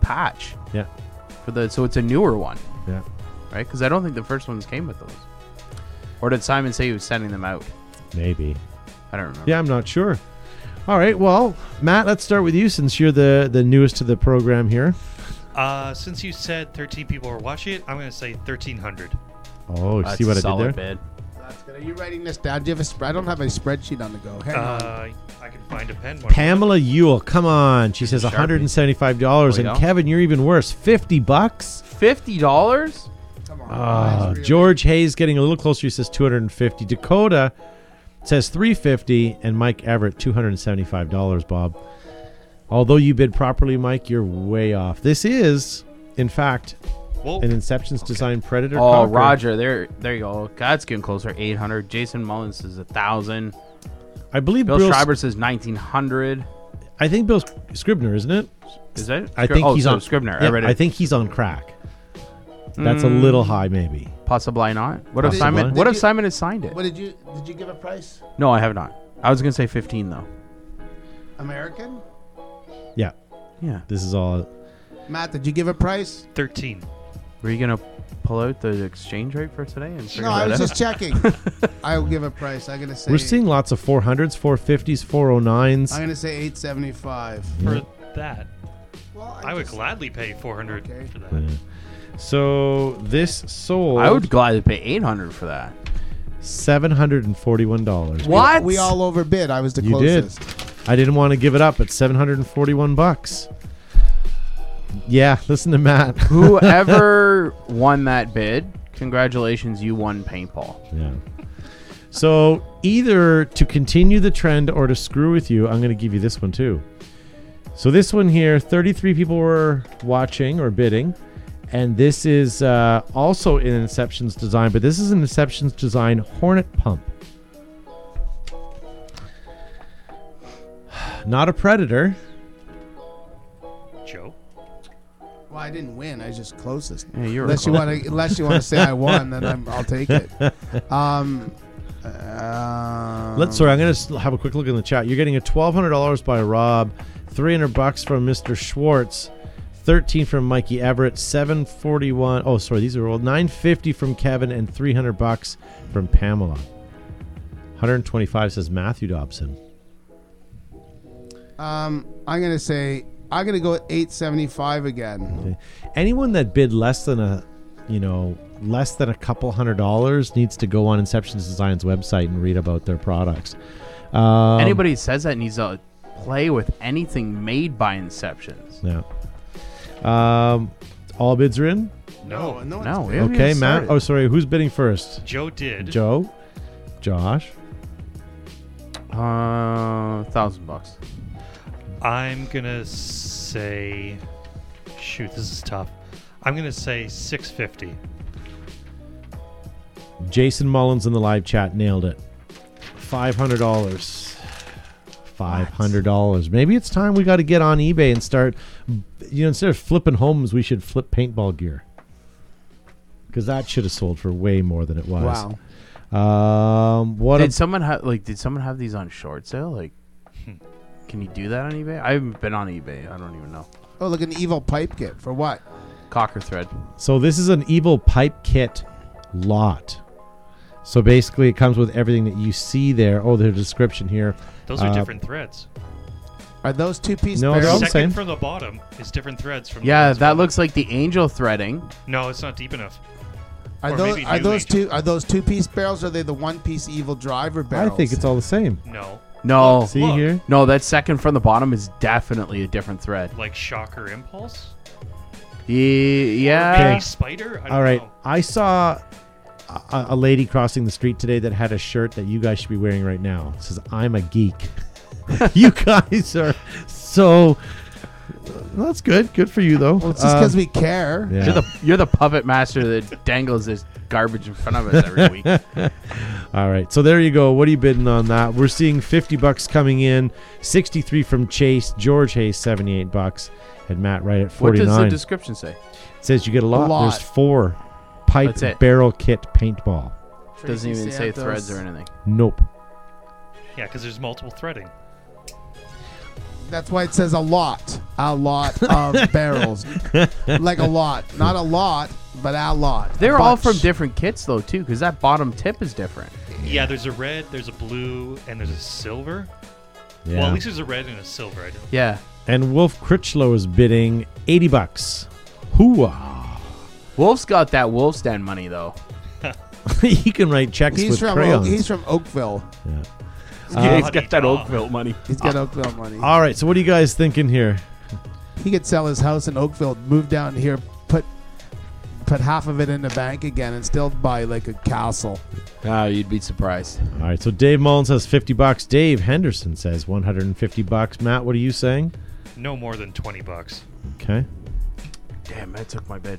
patch
Yeah,
for the so it's a newer one.
yeah.
right? Because I don't think the first ones came with those. Or did Simon say he was sending them out?
Maybe.
I don't remember.
Yeah, I'm not sure. All right. Well, Matt, let's start with you since you're the the newest to the program here.
Uh, since you said 13 people are watching it, I'm going to say 1,300.
Oh, you
That's
see
a
what I
solid
did there?
bid.
That's good. Are you writing this down? Do you have a sp- I don't have a spreadsheet on the go. Hang on.
Uh, I can find a pen. when I'm-
Pamela Yule, come on. She says
Sharpie.
$175.
Oh,
and
yeah?
Kevin, you're even worse. 50 bucks?
Fifty dollars?
Come on.
Ah,
guys, really.
George Hayes getting a little closer. He says 250. Dakota says 350 and Mike Everett $275, Bob. Although you bid properly, Mike, you're way off. This is, in fact,
Whoa.
an Inception's design predator.
Oh,
cocker.
Roger, there, there you go. God's getting closer. Eight hundred. Jason Mullins says a thousand.
I believe
Bill
Bill. Sc-
Schreiber says nineteen hundred.
I think Bill Scribner, isn't it?
Is that?
I
Scri-
think
oh,
he's
so
on
Scribner.
Yeah,
I read it. Mm.
I think he's on crack. That's a little high, maybe.
possibly not. What if
Possibly.
Simon?
Did
What if
you-
Simon has signed it?
What did you did you give a price?
No, I have not. I was gonna say fifteen though.
American?
Yeah,
Yeah.
this is all.
Matt, did you give a price?
13.
Were you gonna pull out the exchange rate for today and figure
No, I
that
was
out?
just checking. I will give a price. I'm gonna say
We're seeing lots of 400s, 450s, 409s.
I'm gonna say eight seventy five.
Mm-hmm.
For that,
Well,
I would gladly pay 400
Okay.
for that.
So this sold
I would gladly pay eight hundred for that.
seven hundred and forty-one dollars.
What?
We all overbid. I was the
You did.
closest.
I didn't want to give it up at seven hundred and forty-one bucks. Yeah, listen to Matt.
Whoever won that bid, congratulations, you won paintball.
yeah. So either to continue the trend or to screw with you, I'm going to give you this one too. So this one here, 33 people were watching or bidding, and this is uh, also in Inception's design, but this is an Inception's design Hornet pump. Not a predator.
Joe?
Well, I didn't win. I was just closest.
Yeah, you were
unless you
close.
want to, unless you want to say I won, then I'm, I'll take it. Um, uh,
Let's. Sorry, I'm going to have a quick look in the chat. You're getting a twelve hundred dollars by Rob, three hundred bucks from Mister Schwartz, thirteen from Mikey Everett, seven forty one. Oh, sorry, these are old. Nine fifty from Kevin and three hundred bucks from Pamela. One hundred twenty five says Matthew Dobson.
Um, I'm gonna say I'm gonna go at eight seventy five again.
Okay. Eh, Anyone that bid less than a, you know, less than a couple hundred dollars needs to go on Inception Design's website and read about their products. Um,
Anybody who says that needs to play with anything made by Inceptions.
Yeah. Um, all bids are in.
No.
no, one's
No,
bid.
we haven't
Okay,
even
Matt.
started.
Oh, sorry. Who's bidding first?
Joe did.
Joe, Josh.
Uh, thousand bucks.
I'm going to say. Shoot, this is tough. I'm going to say 650.
Jason Mullins in the live chat nailed it. Five hundred dollars. Five hundred dollars. Maybe it's time we got to get on eBay and start. You know, instead of flipping homes, we should flip paintball gear. Because that should have sold for way more than it was.
Wow.
Wow. Um, what
Did
a-
someone have like? Did someone have these on short sale? Like, can you do that on eBay? I haven't been on eBay. I don't even know.
Oh, look, an evil pipe kit. For what?
Cocker thread.
So this is an evil pipe kit lot. So basically, it comes with everything that you see there. Oh, there's a description here.
Those are
Uh,
different threads.
Are those two piece
No,
barrels?
they're all the
Second
same.
from the bottom is different threads from. the
Yeah,
ones
that
above.
looks like the angel threading.
No, it's not deep enough.
Are
Or
those
maybe
are
new
those
agent.
two are those two piece barrels? Or are they the one piece evil driver barrels?
I think it's all the same.
No,
No,
Oh, See
Look.
here?
no, that second from the bottom is definitely a different thread.
like shocker impulse.
Ye-
Maybe
Yeah,
spider. I don't
Uh, All right.
Know.
I saw a, a lady crossing the street today that had a shirt that you guys should be wearing right now. It says, I'm a geek. you guys are so. That's good. Good for you, though.
Well, it's just
Uh,
because we care.
yeah.
you're the you're the puppet master that dangles this garbage in front of us every week.
All right, so there you go. What are you bidding on that? We're seeing 50 bucks coming in, 63 from Chase, George Hayes 78 bucks, and Matt right at
What
49.
does the description say?
It says you get a lot.
lot.
There's four pipe
That's it.
barrel kit paintball.
Doesn't
Tracy
even say
Santos.
threads or anything.
Nope.
Yeah, because there's multiple threading.
That's why it says a lot, a lot of barrels, like a lot, not a lot, but a lot.
They're
A
all
bunch.
from different kits though too, because that bottom tip is different.
Yeah, there's a red, there's a blue, and there's a silver.
Yeah.
Well, at least there's a red and a silver. I know.
Yeah.
and Wolf Critchlow is bidding 80 bucks. Hooah.
Wolf's got that wolf's den money though.
he can write checks
He's
with
from Oak,
crayons.
he's from Oakville.
Yeah.
yeah, he's
Bloody
got that
dog.
Oakville money.
He's
Ah.
got Oakville money.
All right, so what are you guys thinking here?
He could sell his house in Oakville, move down here, put put half of it in the bank again, and still buy like a castle.
Oh, you'd be surprised.
All right, so Dave Mullins says 50 bucks. Dave Henderson says 150 bucks. Matt, what are you saying?
No more than twenty bucks.
Okay.
Damn, I took my bid.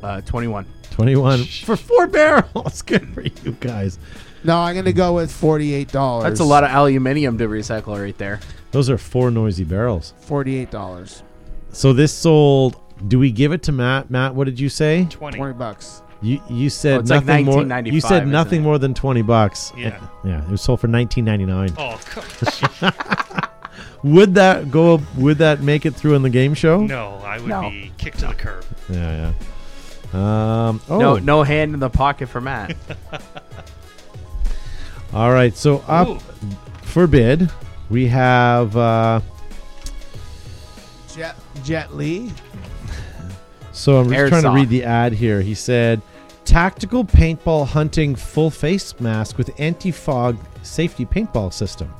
Uh, 21.
21 for four barrels. Good for you guys.
No, I'm gonna go with forty-eight dollars.
That's a lot of aluminium to recycle right there.
Those are four noisy barrels.
Forty-eight dollars,
So this sold. Do we give it to Matt? Matt, what did you say?
Twenty.
twenty bucks.
You you said
Oh, it's like
nothing more. You
19.95,
said
isn't
nothing
it?
more than twenty bucks.
Yeah.
yeah. It was sold for nineteen ninety nine.
Oh, God.
Would that go? up- Would that make it through in the game show?
no! I would
No.
be kicked to the curb.
Yeah, yeah. Um. Oh.
No, no hand in the pocket for Matt.
All right. So up
Ooh,
for bid, we have. Uh,
Jet Jet Li.
So I'm just
Airsoft.
trying to read the ad here. He said, "Tactical paintball hunting full face mask with anti-fog safety paintball system."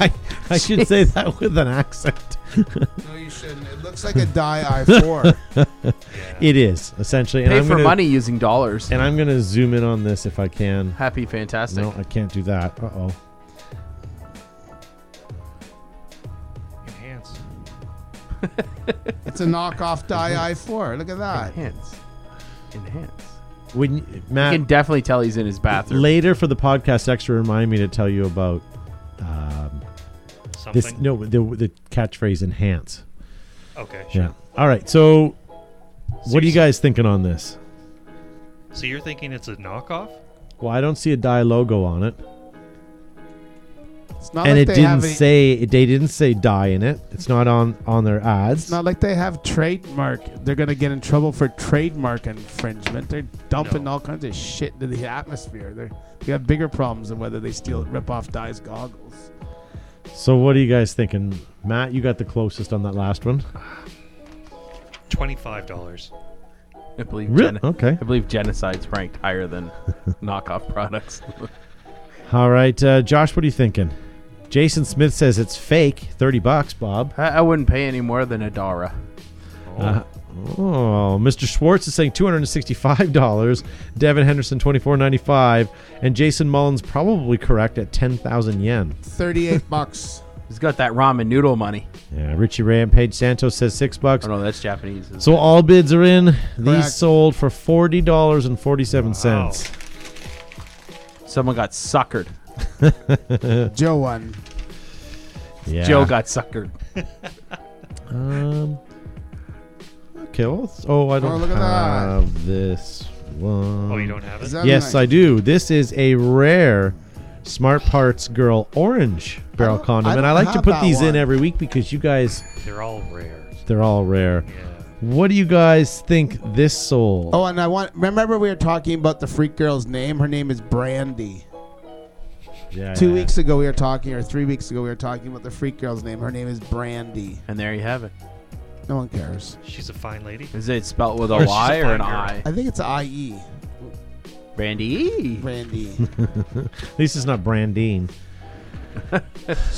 I I should say that with an accent.
No, you shouldn't. It looks like a die I four.
It is essentially. And
Pay
I'm
for
gonna,
money using dollars.
And I'm going to zoom in on this if I can.
Happy, fantastic.
No, I can't do that. Uh oh.
enhance.
it's a knockoff die I four. Look at that.
Enhance. Enhance.
When y-
You
Matt
can definitely tell he's in his bathroom.
later for the podcast extra remind me to tell you about um,
Something.
this. No, the the catchphrase enhance.
Okay. Sure.
Yeah. All right. So
So
What are you
you're-
guys thinking on this?
So you're thinking it's a knockoff?
Well, I don't see a die logo on it,
It's not
and
like
it
they
didn't
have a-
say they didn't say die in it. It's not on on their ads.
It's not like they have trademark. They're gonna get in trouble for trademark infringement. They're dumping
No.
all kinds of shit into the atmosphere. They're, they have bigger problems than whether they steal rip off dies goggles.
so what are you guys thinking, Matt? You got the closest on that last one.
Twenty-five dollars.
I believe,
Really?
gen-
Okay.
I believe genocide's ranked higher than knockoff products.
All right, uh, Josh, what are you thinking? Jason Smith says it's fake. Thirty bucks, Bob.
I, I wouldn't pay any more than a dollar.
Uh, oh, Mr. Schwartz is saying two hundred and sixty-five dollars. Devin Henderson twenty-four ninety-five, and Jason Mullins probably correct at ten thousand yen.
Thirty-eight bucks.
He's got that ramen noodle money.
Yeah, Richie Rampage Santos says six bucks.
Oh no, that's Japanese.
So all bids are in.
Correct.
These sold for forty dollars and forty-seven cents.
Someone got suckered.
Joe won.
Yeah.
Joe got suckered.
Um, okay. Well, it's- oh, I don't
look at that.
have this one.
Oh,
Mm.
you don't have it?
Is that
Yes,
nice?
I do. This is a rare Smart Parts Girl Orange barrel
don't-
condom,
I
and I
don't
like to
have
put
that
these in
one.
every week because you guys,
They're all rare.
they're all rare.
Yeah.
What do you guys think this sold?
Oh, and I want. Remember, we were talking about the freak girl's name. Her name is Brandy.
Yeah,
Two
yeah.
weeks ago, we were talking, or three weeks ago, we were talking about the freak girl's name. Her name is Brandy.
And there you have it.
No one cares.
She's a fine lady.
Is it spelled with a
Or she's
Y
a
or an
fine
I?
I think it's IE.
Brandy. E.
Brandy.
At least it's not Brandine.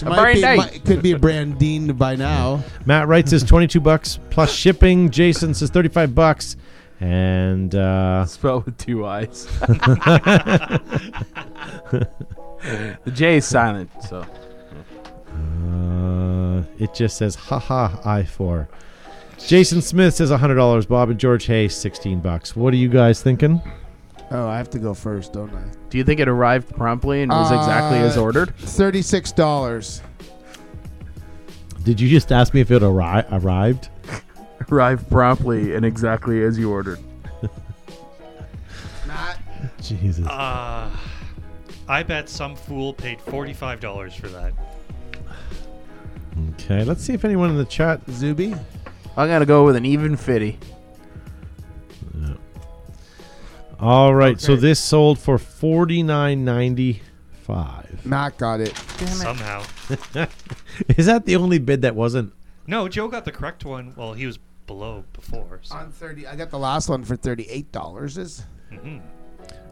She
A
might be,
Brandy.
might- could be Brandine by now.
Matt writes his 22 bucks plus shipping. Jason says 35 bucks. And uh,
Spelled with two I's. the J is silent, so
uh, it just says, haha, I for. Jason Smith says $100. Bob and George Hayes, 16 bucks. What are you guys thinking?
Oh, I have to go first, don't I?
do you think it arrived promptly and was exactly as
Uh,
ordered?
Thirty-six dollars.
Did you just ask me if it arri- arrived?
Arrived promptly and exactly as you ordered.
Matt.
Jesus.
Uh, I bet some fool paid $45 for that.
Okay, let's see if anyone in the chat.
Zuby.
I'm gonna go with an even fifty.
All right, so
Okay.
this sold for forty nine ninety five.
Matt got it.
Somehow.
Is that the only bid that wasn't?
No, Joe got the correct one. Well, he was below before. So.
On thirty, I got the last one for thirty-eight dollars. Is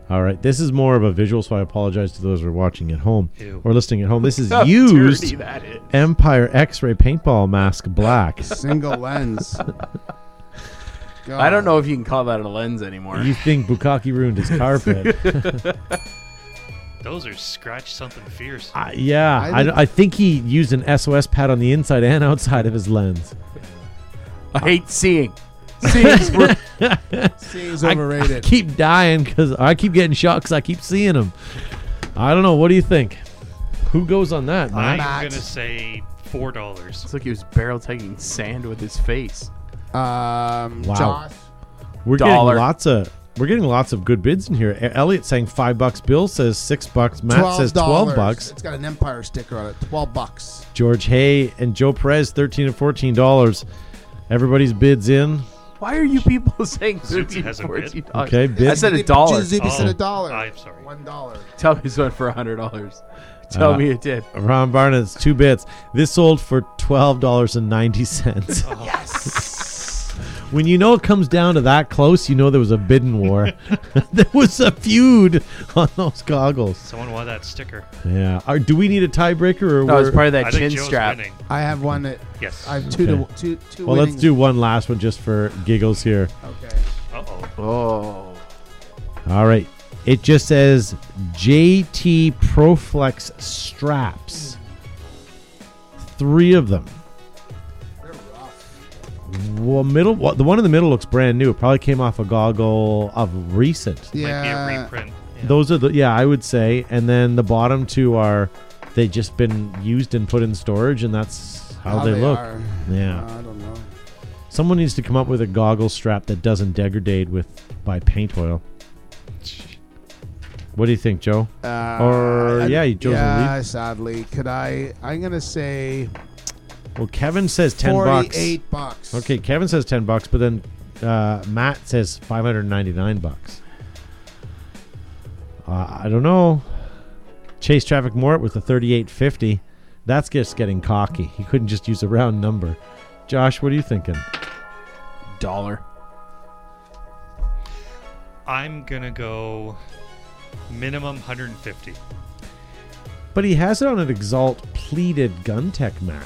All right, this is more of a visual, so I apologize to those who are watching at home
Ew.
or listening at home. This is used
that is.
Empire X Ray paintball mask black.
single lens.
I don't
God.
know if you can call that a lens anymore.
you think Bukaki ruined his carpet?
Those are scratch something fierce.
I- yeah,
I
I,
think-
I think he used an SOS pad on the inside and outside of his lens.
I hate seeing. Seeing's wor-
Seeing's
I- I
overrated.
keep dying because I keep getting shot because I keep seeing him. I don't know. What do you think? Who goes on that, man?
I'm
Matt.
going to say $4.
It's like he was barrel taking sand with his face.
Um,
Wow.
Josh.
We're
Dollar.
getting lots of we're getting lots of good bids in here. E- Elliot saying five bucks. Bill says six bucks. Matt says twelve
$12.
bucks.
It's got an Empire sticker on it. Twelve bucks.
George Hay and Joe Perez thirteen and fourteen dollars. Everybody's bids in.
Why are you people saying
Since it
13
hasn't been.
$14?
Okay,
I
bid.
said a
Zuby-
dollar.
Zuby said
Oh,
a dollar.
I'm sorry.
One dollar.
Tell me this went for hundred dollars. Tell
Uh,
me it did.
Ron Barnett's two bids. This sold for twelve dollars and ninety cents. When you know it comes down to that close, you know there was a bidding war. there was a feud on those goggles.
Someone wanted that sticker.
Yeah. Are, do we need a tiebreaker or
No, it's
we're-
probably that
I
chin
think Joe's
strap.
winning.
I have one that
Yes.
I have two
Okay.
to two two.
Well, let's
winnings.
do one last one just for giggles here.
Okay.
Uh-oh.
Oh,
All right. It just says JT Proflex straps. Three of them. Well, middle well, the one in the middle looks brand new. It probably came off a goggle of recent.
Might be a
Yeah.
reprint. Yeah.
Those are the yeah, I would say. And then the bottom two are they just been used and put in storage, and that's how, they, look.
are.
Yeah.
Uh, I don't know.
Someone needs to come up with a goggle strap that doesn't degrade with by paint oil. What do you think, Joe?
Uh,
Or, yeah, you chose the
yeah, sadly, could I? I'm gonna say
Well, Kevin says ten bucks.
forty-eight bucks.
Okay, Kevin says ten bucks, but then uh, Matt says five hundred ninety-nine bucks. Uh, I don't know. Chase traffic Mort with a thirty-eight fifty. That's just getting cocky. He couldn't just use a round number. Josh, what are you thinking?
dollar.
I'm going to go minimum 150.
But he has it on an Exalt pleated gun tech mat.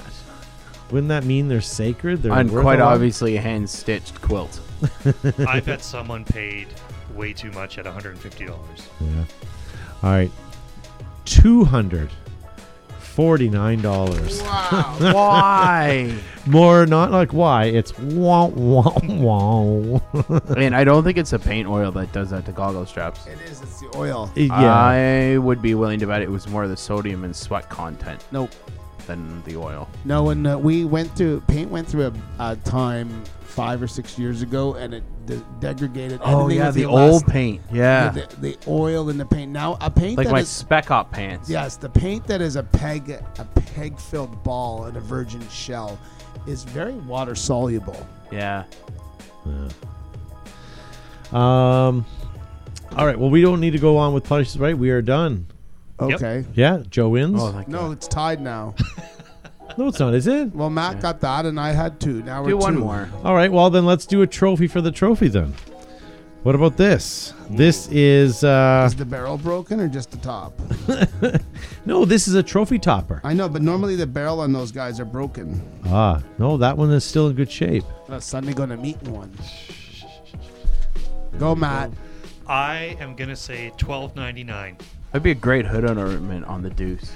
Wouldn't that mean they're sacred? They're
And
worth
quite
a lot?
obviously a hand stitched quilt.
I bet someone paid way too much at $150.
Yeah. All right. 200 $49.
Why?
More not like why, it's wow, wow, wow.
and I don't think it's the paint oil that does that to goggle straps.
It is. It's the oil.
yeah.
I would be willing to bet it was more the sodium and sweat content
Nope.
than the oil.
No, and uh, we went through paint went through a, a time five or six years ago, and it de- degraded.
Oh,
anything with
Oh, the
elast-
old paint. Yeah.
with the, the oil in the paint. Now a paint
like
that
my
is-
spec op pants.
yes, the paint that is a peg a peg filled ball in a virgin shell is very water soluble.
Yeah.
Um All right, well we don't need to go on with places right. We are done.
Okay.
Yeah, Joe wins.
Oh, thank
No,
God.
it's tied now.
no, it's not, is it?
Well, Matt got that, and I had two. Now we're
Do one
two.
more.
All right, well then let's do a trophy for the trophy then. What about this?
Hmm.
This is uh
Is the barrel broken or just the top?
no, this is a trophy topper.
I know, but normally the barrel on those guys are broken.
Ah, no, that one is still in good shape.
Uh, Sunday gonna meet in one. Go, Matt.
I am gonna say twelve ninety nine.
That'd be a great hood ornament on the deuce.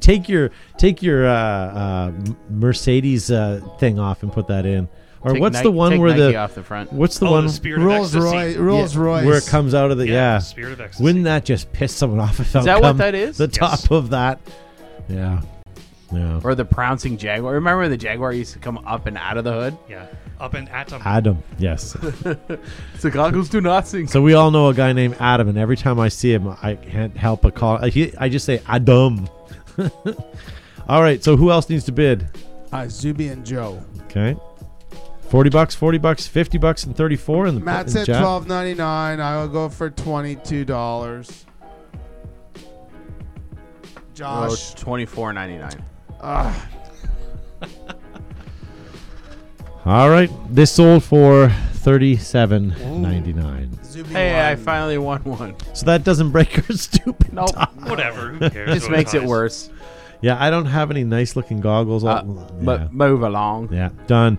Take your take your uh, uh, Mercedes uh, thing off and put that in. Or
Take
what's
Ni-
the one
take
where
Nike
the
off the front?
what's the
Oh,
one?
the spirit
Rolls
of ecstasy.
Royce. Rolls Royce.
where it comes out of the yeah,
Yeah, Spirit of ecstasy.
Wouldn't that just piss someone off if
Is that
out
what
come
that is?
The
Yes.
top of that, yeah, yeah.
Or the pouncing jaguar. Remember when the jaguar used to come up and out of the hood?
Yeah. Up in Atom.
Ah.
Adam, yes.
The goggles do not sink.
so we all know a guy named Adam, and every time I see him, I can't help but call. I, he- I just say Adam. all right. So who else needs to bid?
Uh, Zuby and Joe.
Okay. 40 bucks, 40 bucks, 50 bucks, and 34 in the
Matt
in the
said
chat.
twelve ninety nine. I will go for twenty two dollars.
Oh,
Oh,
Josh,
Twenty four ninety nine.
ugh,
All right. This sold for 37.99.
Zuby
Hey, I
won.
finally won one.
So that doesn't break our stupid.
Nope.
Whatever. Who cares?
Just
what
makes it
ties?
worse.
Yeah, I don't have any nice looking goggles.
Uh,
All- Oh, yeah.
But move along.
Yeah, done.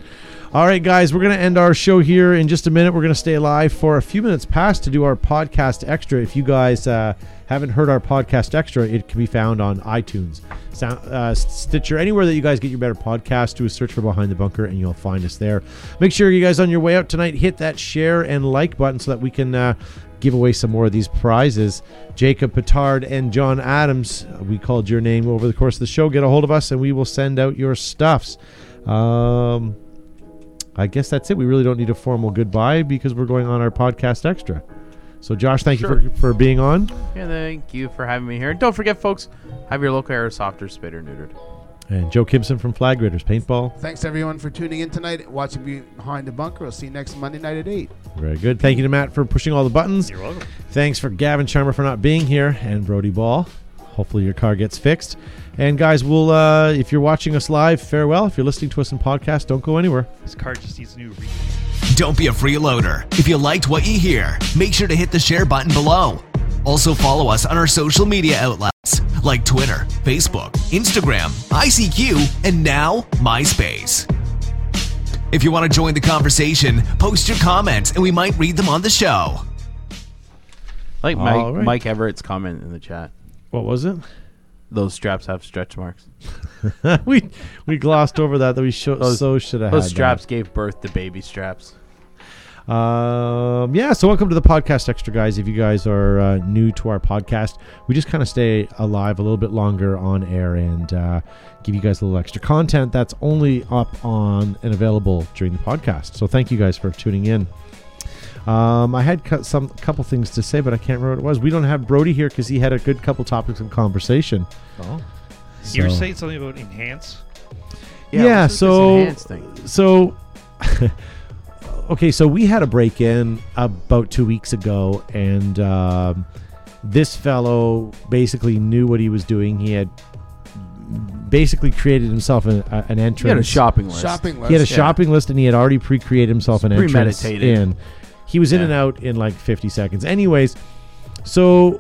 All right, guys, we're going to end our show here in just a minute. We're going to stay live for a few minutes past to do our podcast extra. If you guys uh, haven't heard our podcast extra, it can be found on iTunes, Sound, uh, Stitcher, anywhere that you guys get your better podcast. Do a search for Behind the Bunker, and you'll find us there. Make sure you guys on your way out tonight hit that share and like button so that we can. Uh, Give away some more of these prizes. Jacob Petard and John Adams, we called your name over the course of the show. Get a hold of us and we will send out your stuffs. Um, I guess that's it. We really don't need a formal goodbye because we're going on our podcast extra. So, Josh, thank you for, for being on.
Yeah, thank you for having me here. Don't forget, folks, have your local aerosofter spit or neutered.
And Joe Kimson from Flag Raiders Paintball.
Thanks everyone for tuning in tonight. Watching behind the bunker. We'll see you next Monday night at eight.
Very good. Thank you to Matt for pushing all the buttons.
You're welcome.
Thanks for Gavin Charmer for not being here and Brody Ball. Hopefully your car gets fixed. And guys, we'll uh, if you're watching us live, farewell. If you're listening to us in podcast, don't go anywhere.
This card just needs a new read.
Don't be a freeloader. If you liked what you hear, make sure to hit the share button below. Also, follow us on our social media outlets like Twitter, Facebook, Instagram, ICQ, and now MySpace. If you want to join the conversation, post your comments and we might read them on the show.
Like
All
Mike,
right.
Mike Everett's comment in the chat.
What was it?
Those straps have stretch marks.
we we glossed over that that we sho-
Those-
so should have had.
Those
that.
straps gave birth to baby straps.
Um, yeah, so welcome to the podcast, extra guys. If you guys are uh, new to our podcast, we just kind of stay alive a little bit longer on air and uh, give you guys a little extra content that's only up on and available during the podcast. So thank you guys for tuning in. Um, I had cu- some couple things to say, but I can't remember what it was. We don't have Brody here because he had a good couple topics of conversation.
Oh.
So,
You were saying something about enhance?
yeah, so so okay so we had a break-in about two weeks ago and um, this fellow basically knew what he was doing he had basically created himself an, a- an entrance
You had a shopping list.
Shopping list.
he had a shopping list and he had already pre-created himself an entrance
premeditated.
in he was in
Yeah.
and out in like 50 seconds anyways so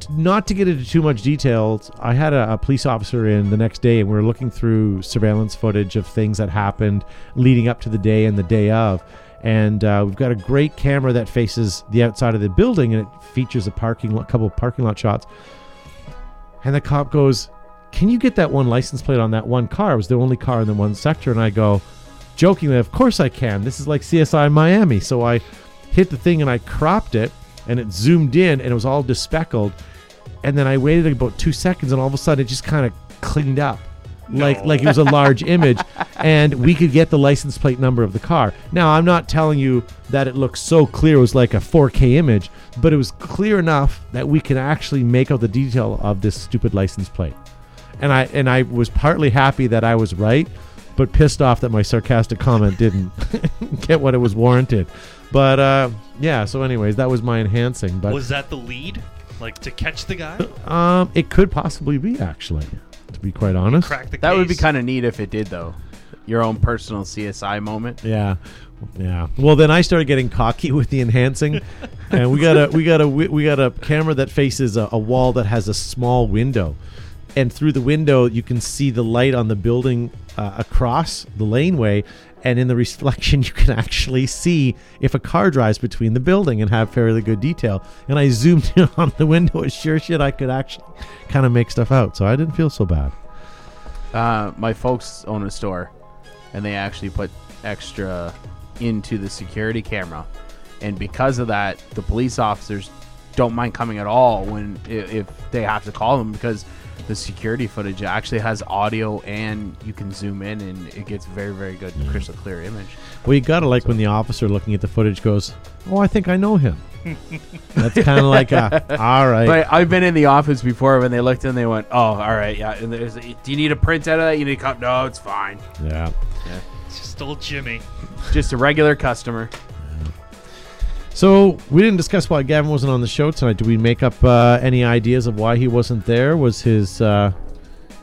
t- not to get into too much details i had a, a police officer in the next day and we were looking through surveillance footage of things that happened leading up to the day and the day of and uh, we've got a great camera that faces the outside of the building and it features a parking lot, couple parking lot shots And the cop goes, Can you get that one license plate on that one car? It was the only car in the one sector. And I go, jokingly, Of course I can. This is like CSI Miami. So I hit the thing and I cropped it and it zoomed in and it was all despeckled. And then I waited about two seconds and all of a sudden it just kind of cleaned up. Like
No.
like it was a large image, and we could get the license plate number of the car. Now I'm not telling you that it looked so clear; it was like a 4K image, but it was clear enough that we can actually make out the detail of this stupid license plate. And I and I was partly happy that I was right, but pissed off that my sarcastic comment didn't get what it was warranted. But uh, yeah, so anyways, that was my enhancing. But
Was that the lead? Like to catch the guy?
um, it could possibly be actually, to be quite honest.
Crack the
That would be
case?
kind of neat if it did, though. Your own personal CSI moment.
Yeah, yeah. Well, then I started getting cocky with the enhancing, and we got a we got a wi- we got a camera that faces a, a wall that has a small window, and through the window you can see the light on the building uh, across the laneway. And in the reflection, you can actually see if a car drives between the building and have fairly good detail. And I zoomed in on the window. and Sure, shit, I could actually kind of make stuff out. So I didn't feel so bad.
Uh, my folks own a store, and they actually put extra into the security camera, and because of that, the police officers don't mind coming at all when i- if they have to call them because the security footage actually has audio and you can zoom in and it gets very very good
Mm.
crystal clear image.
Well, you gotta like when the officer looking at the footage goes, "Oh, I think I know him." That's kind of like a, all right.
But I've been in the office before when they looked and they went, "Oh, all right, yeah." And there's, do you need a print out of that? You need a cup? No, it's fine.
yeah.
It's just old Jimmy.
Just a regular customer.
So we didn't discuss why Gavin wasn't on the show tonight. Did we make up uh, any ideas of why he wasn't there? Was his uh,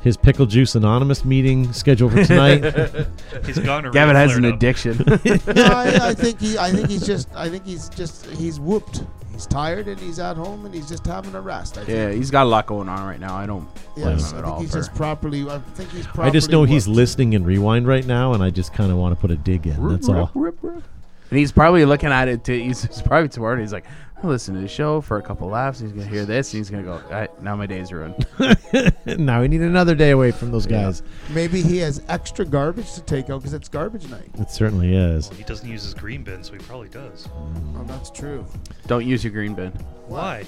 his pickle juice anonymous meeting scheduled for tonight?
He's gone. or
Gavin
really
has an
flared up.
addiction.
No, I, I think he. I think he's just. I think he's just. He's whooped. He's tired and he's at home and he's just having a rest. I
Yeah,
think.
he's got a lot going on right now. I don't blame
Yes,
him
I
at
think
all.
he's
for-
just properly. I think he's properly.
I just know he's
whooped.
listening in rewind right now, and I just kind of want to put a dig in. That's all.
and he's probably looking at it. To, he's, he's probably tomorrow. He's like, I listen to the show for a couple laughs. He's gonna hear this. And he's gonna go. All right, now my day's ruined.
now we need another day away from those guys.
Maybe he has extra garbage to take out because it's garbage night.
It certainly is.
He doesn't use his green bin, so he probably does.
Oh, that's true.
don't use your green bin.
Why?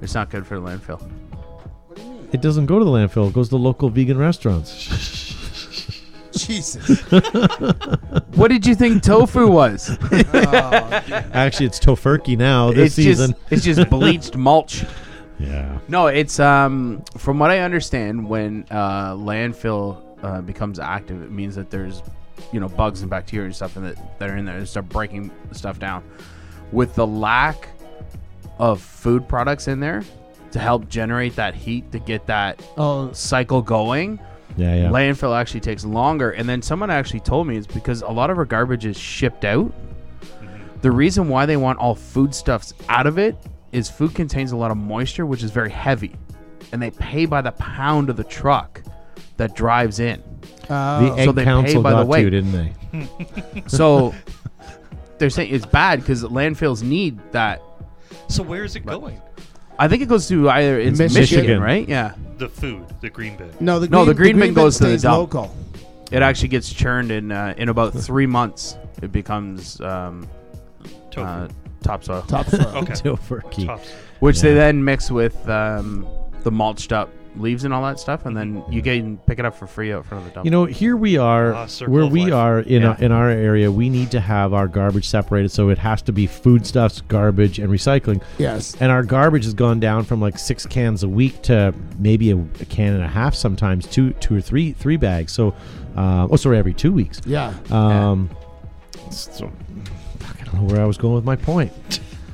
It's not good for the landfill.
What do you mean?
It doesn't go to the landfill. It goes to local vegan restaurants.
Jesus.
What did you think tofu was?
Actually, it's tofurkey now this
it's
season.
just it's just bleached mulch.
yeah.
No, it's um from what I understand, when uh, landfill uh, becomes active, it means that there's you know bugs and bacteria and stuff in that that are in there and start breaking stuff down. With the lack of food products in there to help generate that heat to get that
oh,
cycle going,
Yeah, yeah.
landfill actually takes longer. And then someone actually told me it's because a lot of our garbage is shipped out.
Mm-hmm.
The reason why they want all foodstuffs out of it is food contains a lot of moisture, which is very heavy, and they pay by the pound of the truck that drives in.
Oh.
the egg
uh, So they pay
council
by the
got
weight.
you, didn't they?
So they're saying it's bad because landfills need that.
So where is it going?
I think it goes to either it's
Michigan.
Michigan,
Michigan.
right? Yeah,
The food, the green bin.
no, the green,
No, the green bin goes to the
stays
dump.
local.
it actually gets churned in uh, in about three months. It becomes um,
Tofu.
uh, topsoil.
Topsoil.
okay.
Tofurkey.
Tops.
which
Yeah.
they then mix with um, the mulched up leaves and all that stuff, and then you can pick it up for free out front of the dump.
You know, here we are,
Ah, circle
where
of
we
life.
are in
Yeah.
our, in our area. We need to have our garbage separated, so it has to be foodstuffs, garbage, and recycling.
Yes.
And our garbage has gone down from like six cans a week to maybe a, a can and a half sometimes, two two or three three bags. So, uh, oh, sorry, every two weeks.
Yeah.
Um, so, fuck, I don't know where I was going with my point.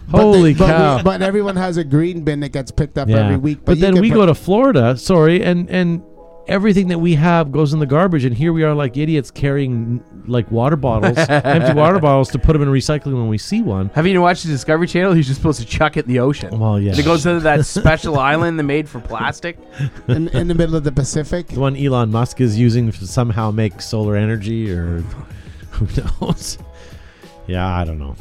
But they-
Holy
but we-
cow!
But, everyone has a green bin that gets picked up every week.
But,
you
then
can
we
put-
go to Florida, sorry, and and everything that we have goes in the garbage, and here we are like idiots carrying like water bottles, empty water bottles to put them in recycling when we see one.
have you watched the Discovery Channel? He's just supposed to chuck it in the ocean.
Well, yeah.
And it goes to that special island they made for plastic.
in, in the middle of the Pacific.
The one Elon Musk is using to somehow make solar energy, or who knows? Yeah, I don't know.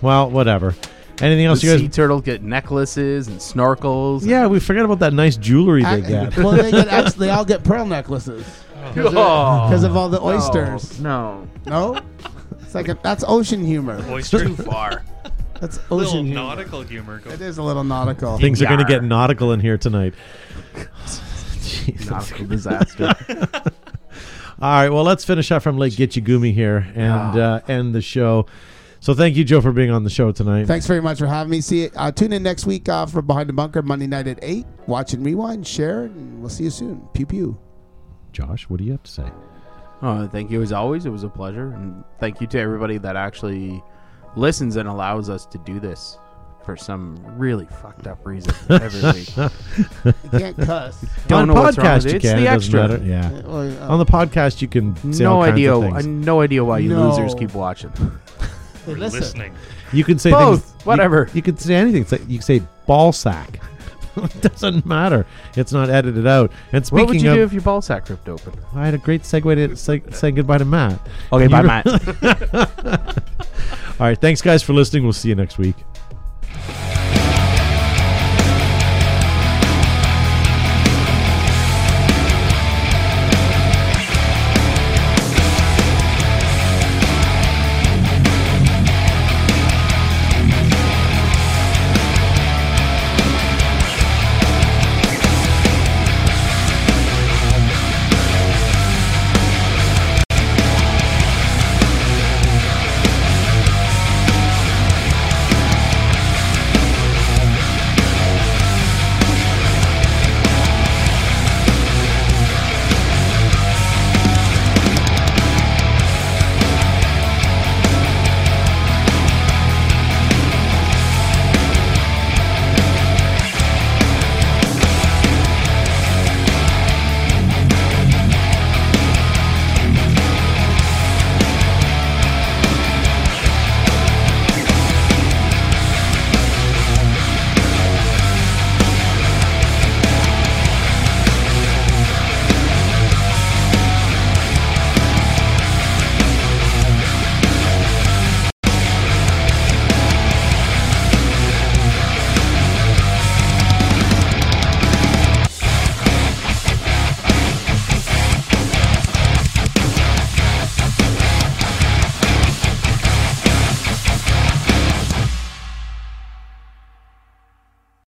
Well, whatever. Anything else you
the
guys?
sea turtles get necklaces and snorkels.
yeah, we forgot about that nice jewelry they
Ac-
got.
well, they, get, actually, they all get pearl necklaces because
Oh.
of all the oysters.
No,
No, it's like a, that's ocean humor.
Oyster.
too far.
That's
Little
ocean humor.
nautical humor. Go-
It is a little nautical.
Things are going to
Yar.
get nautical in here tonight. Jesus.
Nautical disaster.
All right, well, let's finish up from Lake Gitchigumi here and
Ah.
uh, end the show. So thank you, Joe, for being on the show tonight.
Thanks very much for having me. See, uh, tune in next week uh, for Behind the Bunker Monday night at eight. Watch and rewind, share, and we'll see you soon. Pew pew.
Josh, what do you have to say?
Oh, thank you as always. It was a pleasure, and thank you to everybody that actually listens and allows us to do this for some really fucked up reason every week.
You can't cuss.
Don't
on podcast,
know what's wrong with it.
you
It's
can.
the
it doesn't
extra.
matter. Yeah.
Well, uh,
On the podcast, you can say all
no
kinds
idea.
of
I
things.
no idea why you
No.
losers keep watching.
hey,
We're
listen.
listening.
You can say
Both.
things, you-
Whatever.
You, can say anything. It's like- You can say ball sack. it doesn't matter. It's not edited out. And speaking
what would you
of,
do if your ball sack ripped open?
I had a great segue to say, say goodbye to Matt.
Okay,
You-
bye, Matt.
All right, thanks guys for listening. We'll see you next week.